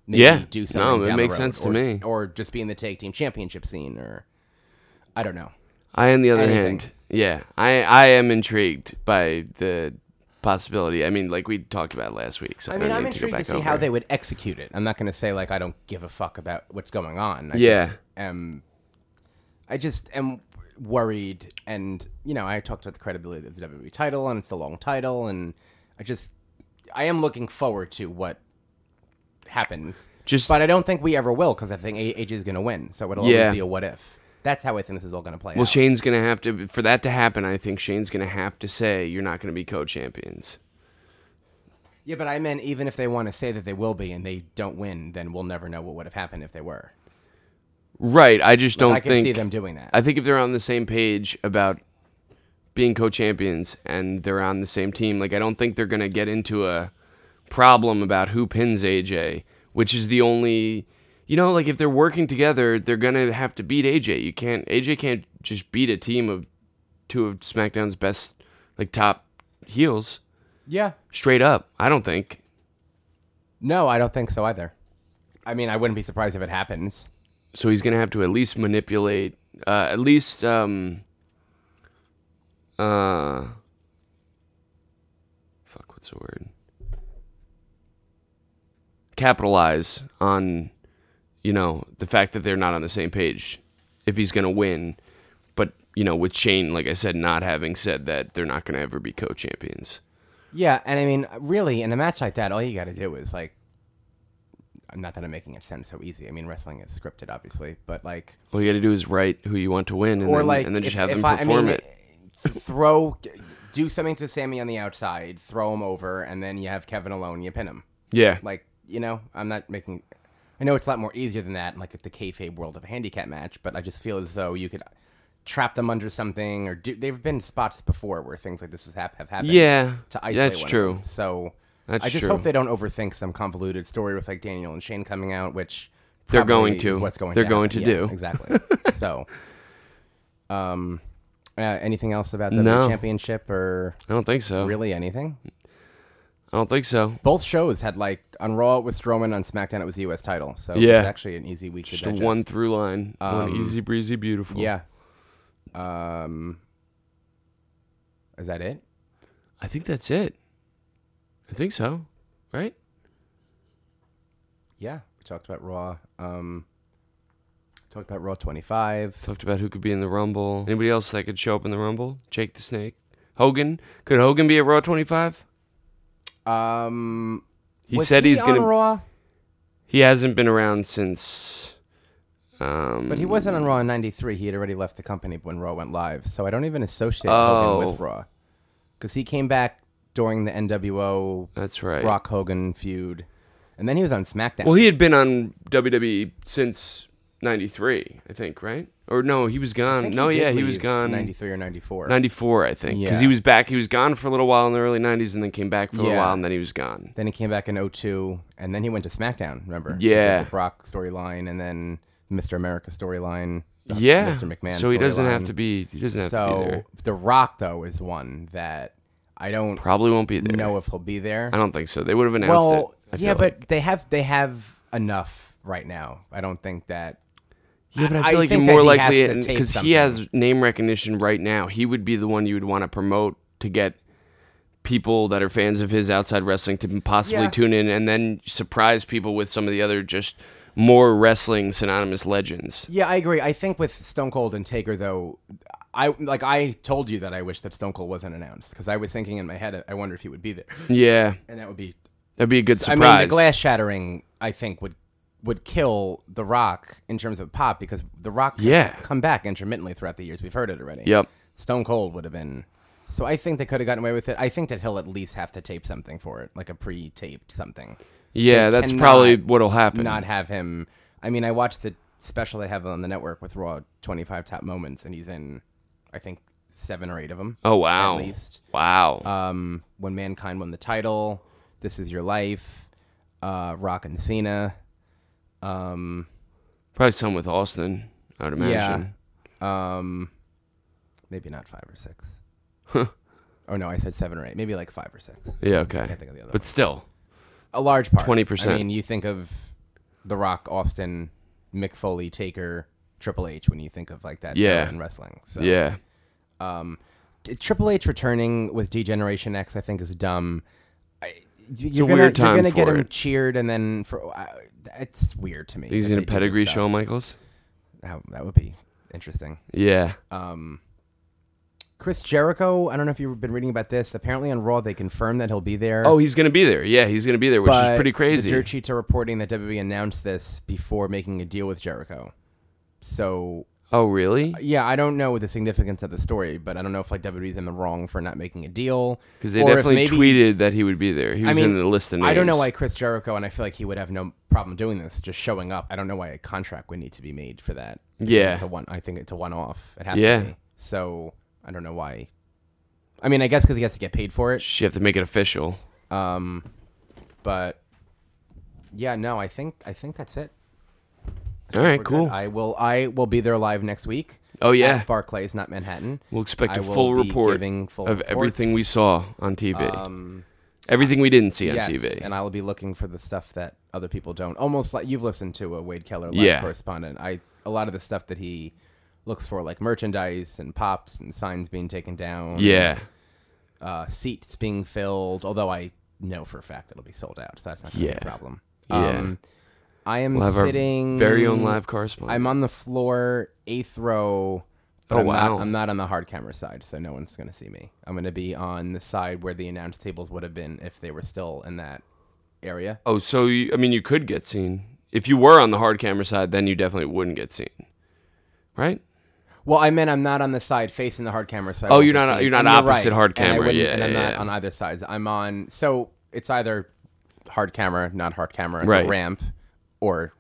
S8: maybe
S9: Yeah.
S8: do
S9: No,
S8: something.
S9: it
S8: down the
S9: makes
S8: road,
S9: sense to
S8: or-
S9: me.
S8: Or just be in the tag team championship scene, or I don't know.
S9: I, on the other
S8: Anything.
S9: hand, yeah, I I am intrigued by the possibility. I mean, like we talked about last week, so I,
S8: I mean,
S9: don't
S8: I'm
S9: need to go
S8: intrigued to
S9: back
S8: see
S9: over.
S8: how they would execute it. I'm not going to say like I don't give a fuck about what's going on. I
S9: Yeah.
S8: just am. I just am worried, and you know, I talked about the credibility of the WWE title, and it's a long title, and I just, I am looking forward to what happens.
S9: Just-
S8: but I don't think we ever will because I think A- AJ is going to win, so it'll
S9: Yeah.
S8: always be a what if. That's how I think this is all going to play
S9: Well,
S8: out.
S9: Shane's gonna have to for that to happen. I think Shane's gonna have to say you're not gonna be co-champions.
S8: yeah, but I meant even if they want to say that they will be and they don't win, then we'll never know what would have happened if they were.
S9: Right. I just don't
S8: I can
S9: think
S8: see them doing that.
S9: I think if they're on the same page about being co-champions and they're on the same team, like I don't think they're gonna get into a problem about who pins AJ, which is the only, you know, like if they're working together, they're gonna have to beat AJ. You can't AJ can't just beat a team of two of SmackDown's best, like top heels
S8: yeah,
S9: straight up. I don't think.
S8: No, I don't think so either. I mean, I wouldn't be surprised if it happens.
S9: So he's gonna have to at least manipulate, uh, at least, um, uh, fuck, what's the word? Capitalize on, you know, the fact that they're not on the same page. If he's gonna win, but you know, with Shane, like I said, not having said that they're not gonna ever be co-champions.
S8: Yeah, and I mean, really, in a match like that, all you got to do is like, not that I'm making it sound so easy. I mean, wrestling is scripted, obviously, but like,
S9: All you gotta do is write who you want to win, and
S8: or
S9: then,
S8: like,
S9: and then just
S8: if-
S9: have them
S8: if I- I
S9: perform
S8: mean,
S9: it.
S8: Throw, do something to Sammy on the outside, throw him over, and then you have Kevin alone, you pin him.
S9: Yeah,
S8: Like, you know, I'm not making. I know it's a lot more easier than that in like the kayfabe world of a handicap match, but I just feel as though you could trap them under something or do. They've been spots before where things like this has hap- have happened.
S9: Yeah,
S8: to isolate.
S9: that's
S8: one of
S9: true.
S8: them. So
S9: That's
S8: I just
S9: true.
S8: hope they don't overthink some convoluted story with like Daniel and Shane coming out, which
S9: They're
S8: probably
S9: going to.
S8: is what's going
S9: They're
S8: to
S9: going
S8: happen.
S9: to
S8: Yeah,
S9: do.
S8: exactly. so, um, uh, anything else about the
S9: No.
S8: championship or
S9: I don't think so.
S8: really anything?
S9: I don't think so.
S8: Both shows had like on Raw it was Strowman, on SmackDown it was the U.S. title. So it
S9: Yeah.
S8: was actually an easy week
S9: Just
S8: to
S9: a
S8: digest.
S9: one through line. one
S8: Um,
S9: easy breezy beautiful.
S8: Yeah. Um, is that it?
S9: I think that's it. I think so. Right?
S8: Yeah, we talked about Raw. Um, talked about Raw 25.
S9: Talked about who could be in the Rumble. Anybody else that could show up in the Rumble? Jake the Snake. Hogan. Could Hogan be at Raw 25?
S8: Um,
S9: He
S8: was
S9: said he's
S8: on
S9: going to.
S8: Raw,
S9: He hasn't been around since. Um,
S8: but he wasn't on Raw in '93. He had already left the company when Raw went live, so I don't even associate Hogan with
S9: Oh.
S8: Raw because he came back during the NWO
S9: That's right.
S8: Brock Hogan feud, and then he was on SmackDown.
S9: Well, he had been on WWE since 93, I think, right? Or no, he was
S8: I
S9: gone.
S8: think
S9: Um, No,
S8: did
S9: yeah, he was
S8: leave
S9: gone.
S8: '93 or '94.
S9: 94, I think. Because he
S8: Yeah.
S9: was back. He was gone for a little while in the early 90s and then came back for a little
S8: Yeah.
S9: while and then he was gone.
S8: Then he came back in '02, and then he went to SmackDown. Remember? He
S9: Yeah.
S8: did the Brock storyline, and then Mr. America storyline. the
S9: yeah.
S8: Mr. McMahon.
S9: so he doesn't have
S8: storyline.
S9: to be. He doesn't have to be
S8: So
S9: there.
S8: The Rock though is one that I don't
S9: Probably won't be there.
S8: know if he'll be there.
S9: I don't think so. They would have announced
S8: well,
S9: it. I
S8: yeah,
S9: feel
S8: but
S9: like.
S8: they have they have enough right now. I don't think that.
S9: yeah, but I
S8: I
S9: feel like you're
S8: think
S9: more
S8: that he
S9: likely
S8: has to tape
S9: because he
S8: something.
S9: has name recognition right now. He would be the one you would want to promote to get people that are fans of his outside wrestling to possibly
S8: Yeah.
S9: tune in and then surprise people with some of the other just more wrestling synonymous legends.
S8: Yeah, I agree. I think with Stone Cold and Taker though, I like I told you that I wish that Stone Cold wasn't announced because I was thinking in my head, I wonder if he would be there,
S9: Yeah,
S8: and that would be.
S9: that'd be a good surprise.
S8: I mean, the glass shattering, I think would would kill The Rock in terms of pop because The Rock has
S9: Yeah.
S8: come back intermittently throughout the years. We've heard it already.
S9: Yep.
S8: Stone Cold would have been. So I think they could have gotten away with it. I think that he'll at least have to tape something for it, like a pre-taped something.
S9: Yeah,
S8: They
S9: that's
S8: cannot
S9: probably what'll happen.
S8: Not have him. I mean, I watched the special they have on the network with Raw 25 top moments, and he's in, I think, seven or eight of them.
S9: oh wow,
S8: At least.
S9: wow.
S8: Um, when mankind won the title, this is your life. Uh, Rock and Cena. Um,
S9: probably some with Austin. I would imagine.
S8: Yeah. Um, maybe not five or six. oh no, I said seven or eight. Maybe like five or six.
S9: Yeah, okay.
S8: can't think of the other
S9: but still,
S8: A large part.
S9: 20%.
S8: I mean, you think of The Rock, Austin, Mick Foley, Taker, Triple H when you think of like that.
S9: Yeah.
S8: era In wrestling. So.
S9: yeah.
S8: T- Triple H returning with Degeneration X, I think, is dumb. I, y- you're
S9: a
S8: gonna,
S9: weird time
S8: you're gonna get
S9: for
S8: him
S9: it.
S8: cheered, and then for uh, it's weird to me.
S9: He's
S8: that
S9: in a
S8: they do this
S9: pedigree
S8: stuff.
S9: show, Michaels.
S8: That, that would be interesting.
S9: Yeah.
S8: Um, Chris Jericho, I don't know if you've been reading about this. Apparently on Raw, they confirmed that he'll be there.
S9: Oh, he's gonna be there. Yeah, he's gonna be there, which is
S8: but
S9: pretty crazy.
S8: The dirt sheets are reporting that WWE announced this before making a deal with Jericho. So
S9: Oh, really?
S8: yeah, I don't know the significance of the story, but I don't know if like WWE's in the wrong for not making a deal
S9: Because they
S8: or if
S9: definitely
S8: maybe-
S9: tweeted that he would be there. He was in the list of names.
S8: I don't know why Chris Jericho, and I feel like he would have no problem doing this, just showing up. I don't know why a contract would need to be made for that. Because
S9: Yeah.
S8: it's a one. I think it's a one-off. It has
S9: Yeah.
S8: to be. So I don't know why. I mean, I guess because he has to get paid for it.
S9: You have to make it official.
S8: Um, but yeah, no, I think I think that's it.
S9: All right,
S8: We're good.
S9: cool.
S8: I will I will be there live next week.
S9: Oh, yeah.
S8: at Barclays, not Manhattan.
S9: We'll expect
S8: I
S9: a
S8: will
S9: full
S8: be
S9: report
S8: giving full
S9: of everything we
S8: reports.
S9: saw on TV.
S8: Um,
S9: everything we didn't see on
S8: yes,
S9: TV.
S8: and I will be looking for the stuff that other people don't. Almost like you've listened to a Wade Keller live
S9: Yeah.
S8: correspondent. I a lot of the stuff that he looks for, like merchandise and pops and signs being taken down.
S9: yeah.
S8: uh, seats being filled. Although I know for a fact it'll be sold out, so that's not gonna
S9: Yeah.
S8: be a problem. Um,
S9: Yeah.
S8: I am
S9: We'll have our
S8: sitting
S9: very own live correspondent.
S8: I'm on the floor, eighth row. But
S9: Oh,
S8: I'm
S9: wow.
S8: Not, I'm not on the hard camera side, so no one's going to see me. I'm going to be on the side where the announce tables would have been if they were still in that area.
S9: Oh, so you, I mean, you could get seen if you were on the hard camera side. Then you definitely wouldn't get seen, right?
S8: Well, I meant I'm not on the side facing the hard camera. So I
S9: Oh,
S8: won't
S9: you're
S8: be
S9: not-
S8: seen.
S9: you're not
S8: And you're
S9: opposite
S8: right.
S9: hard
S8: And I
S9: camera.
S8: wouldn't-
S9: Yeah,
S8: and I'm
S9: yeah,
S8: not
S9: yeah.
S8: on either sides. I'm on. So it's either hard camera, not hard camera, the
S9: Right.
S8: ramp, or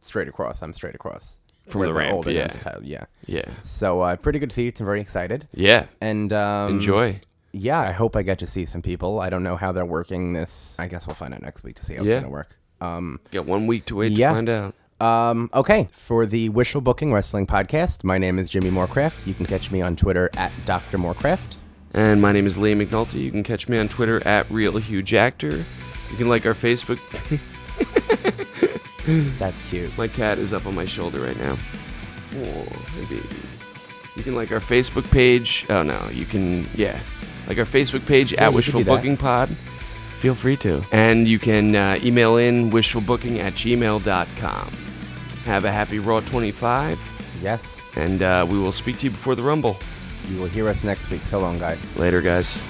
S8: straight across. I'm straight across
S9: From
S8: Where
S9: the
S8: they're
S9: ramp,
S8: older
S9: yeah.
S8: than Tyler, yeah.
S9: Yeah.
S8: So uh, pretty good seats. I'm very excited.
S9: Yeah.
S8: And um,
S9: Enjoy.
S8: Yeah, I hope I get to see some people. I don't know how they're working this. I guess we'll find out next week to see how it's
S9: Yeah.
S8: going to work. Um,
S9: Got one week to wait
S8: yeah.
S9: to find out.
S8: Um, okay, for the Wishful Booking Wrestling Podcast, my name is Jimmy Moorcraft. You can catch me on Twitter at Dr. Moorcraft.
S9: And my name is Liam McNulty. You can catch me on Twitter at RealHugeActor. You can like our Facebook.
S8: That's cute.
S9: my cat is up on my shoulder right now. Oh, hey baby. You can like our Facebook page. Oh no, you can yeah, like our Facebook page
S8: you
S9: at
S8: could
S9: Wishful
S8: do that.
S9: Booking Pod. Feel free to. And you can uh, email in wishfulbooking at gmail.com. Have a happy Raw 25,
S8: Yes,
S9: and uh, we will speak to you before the Rumble.
S8: you will hear us next week. So long, guys.
S9: Later, guys.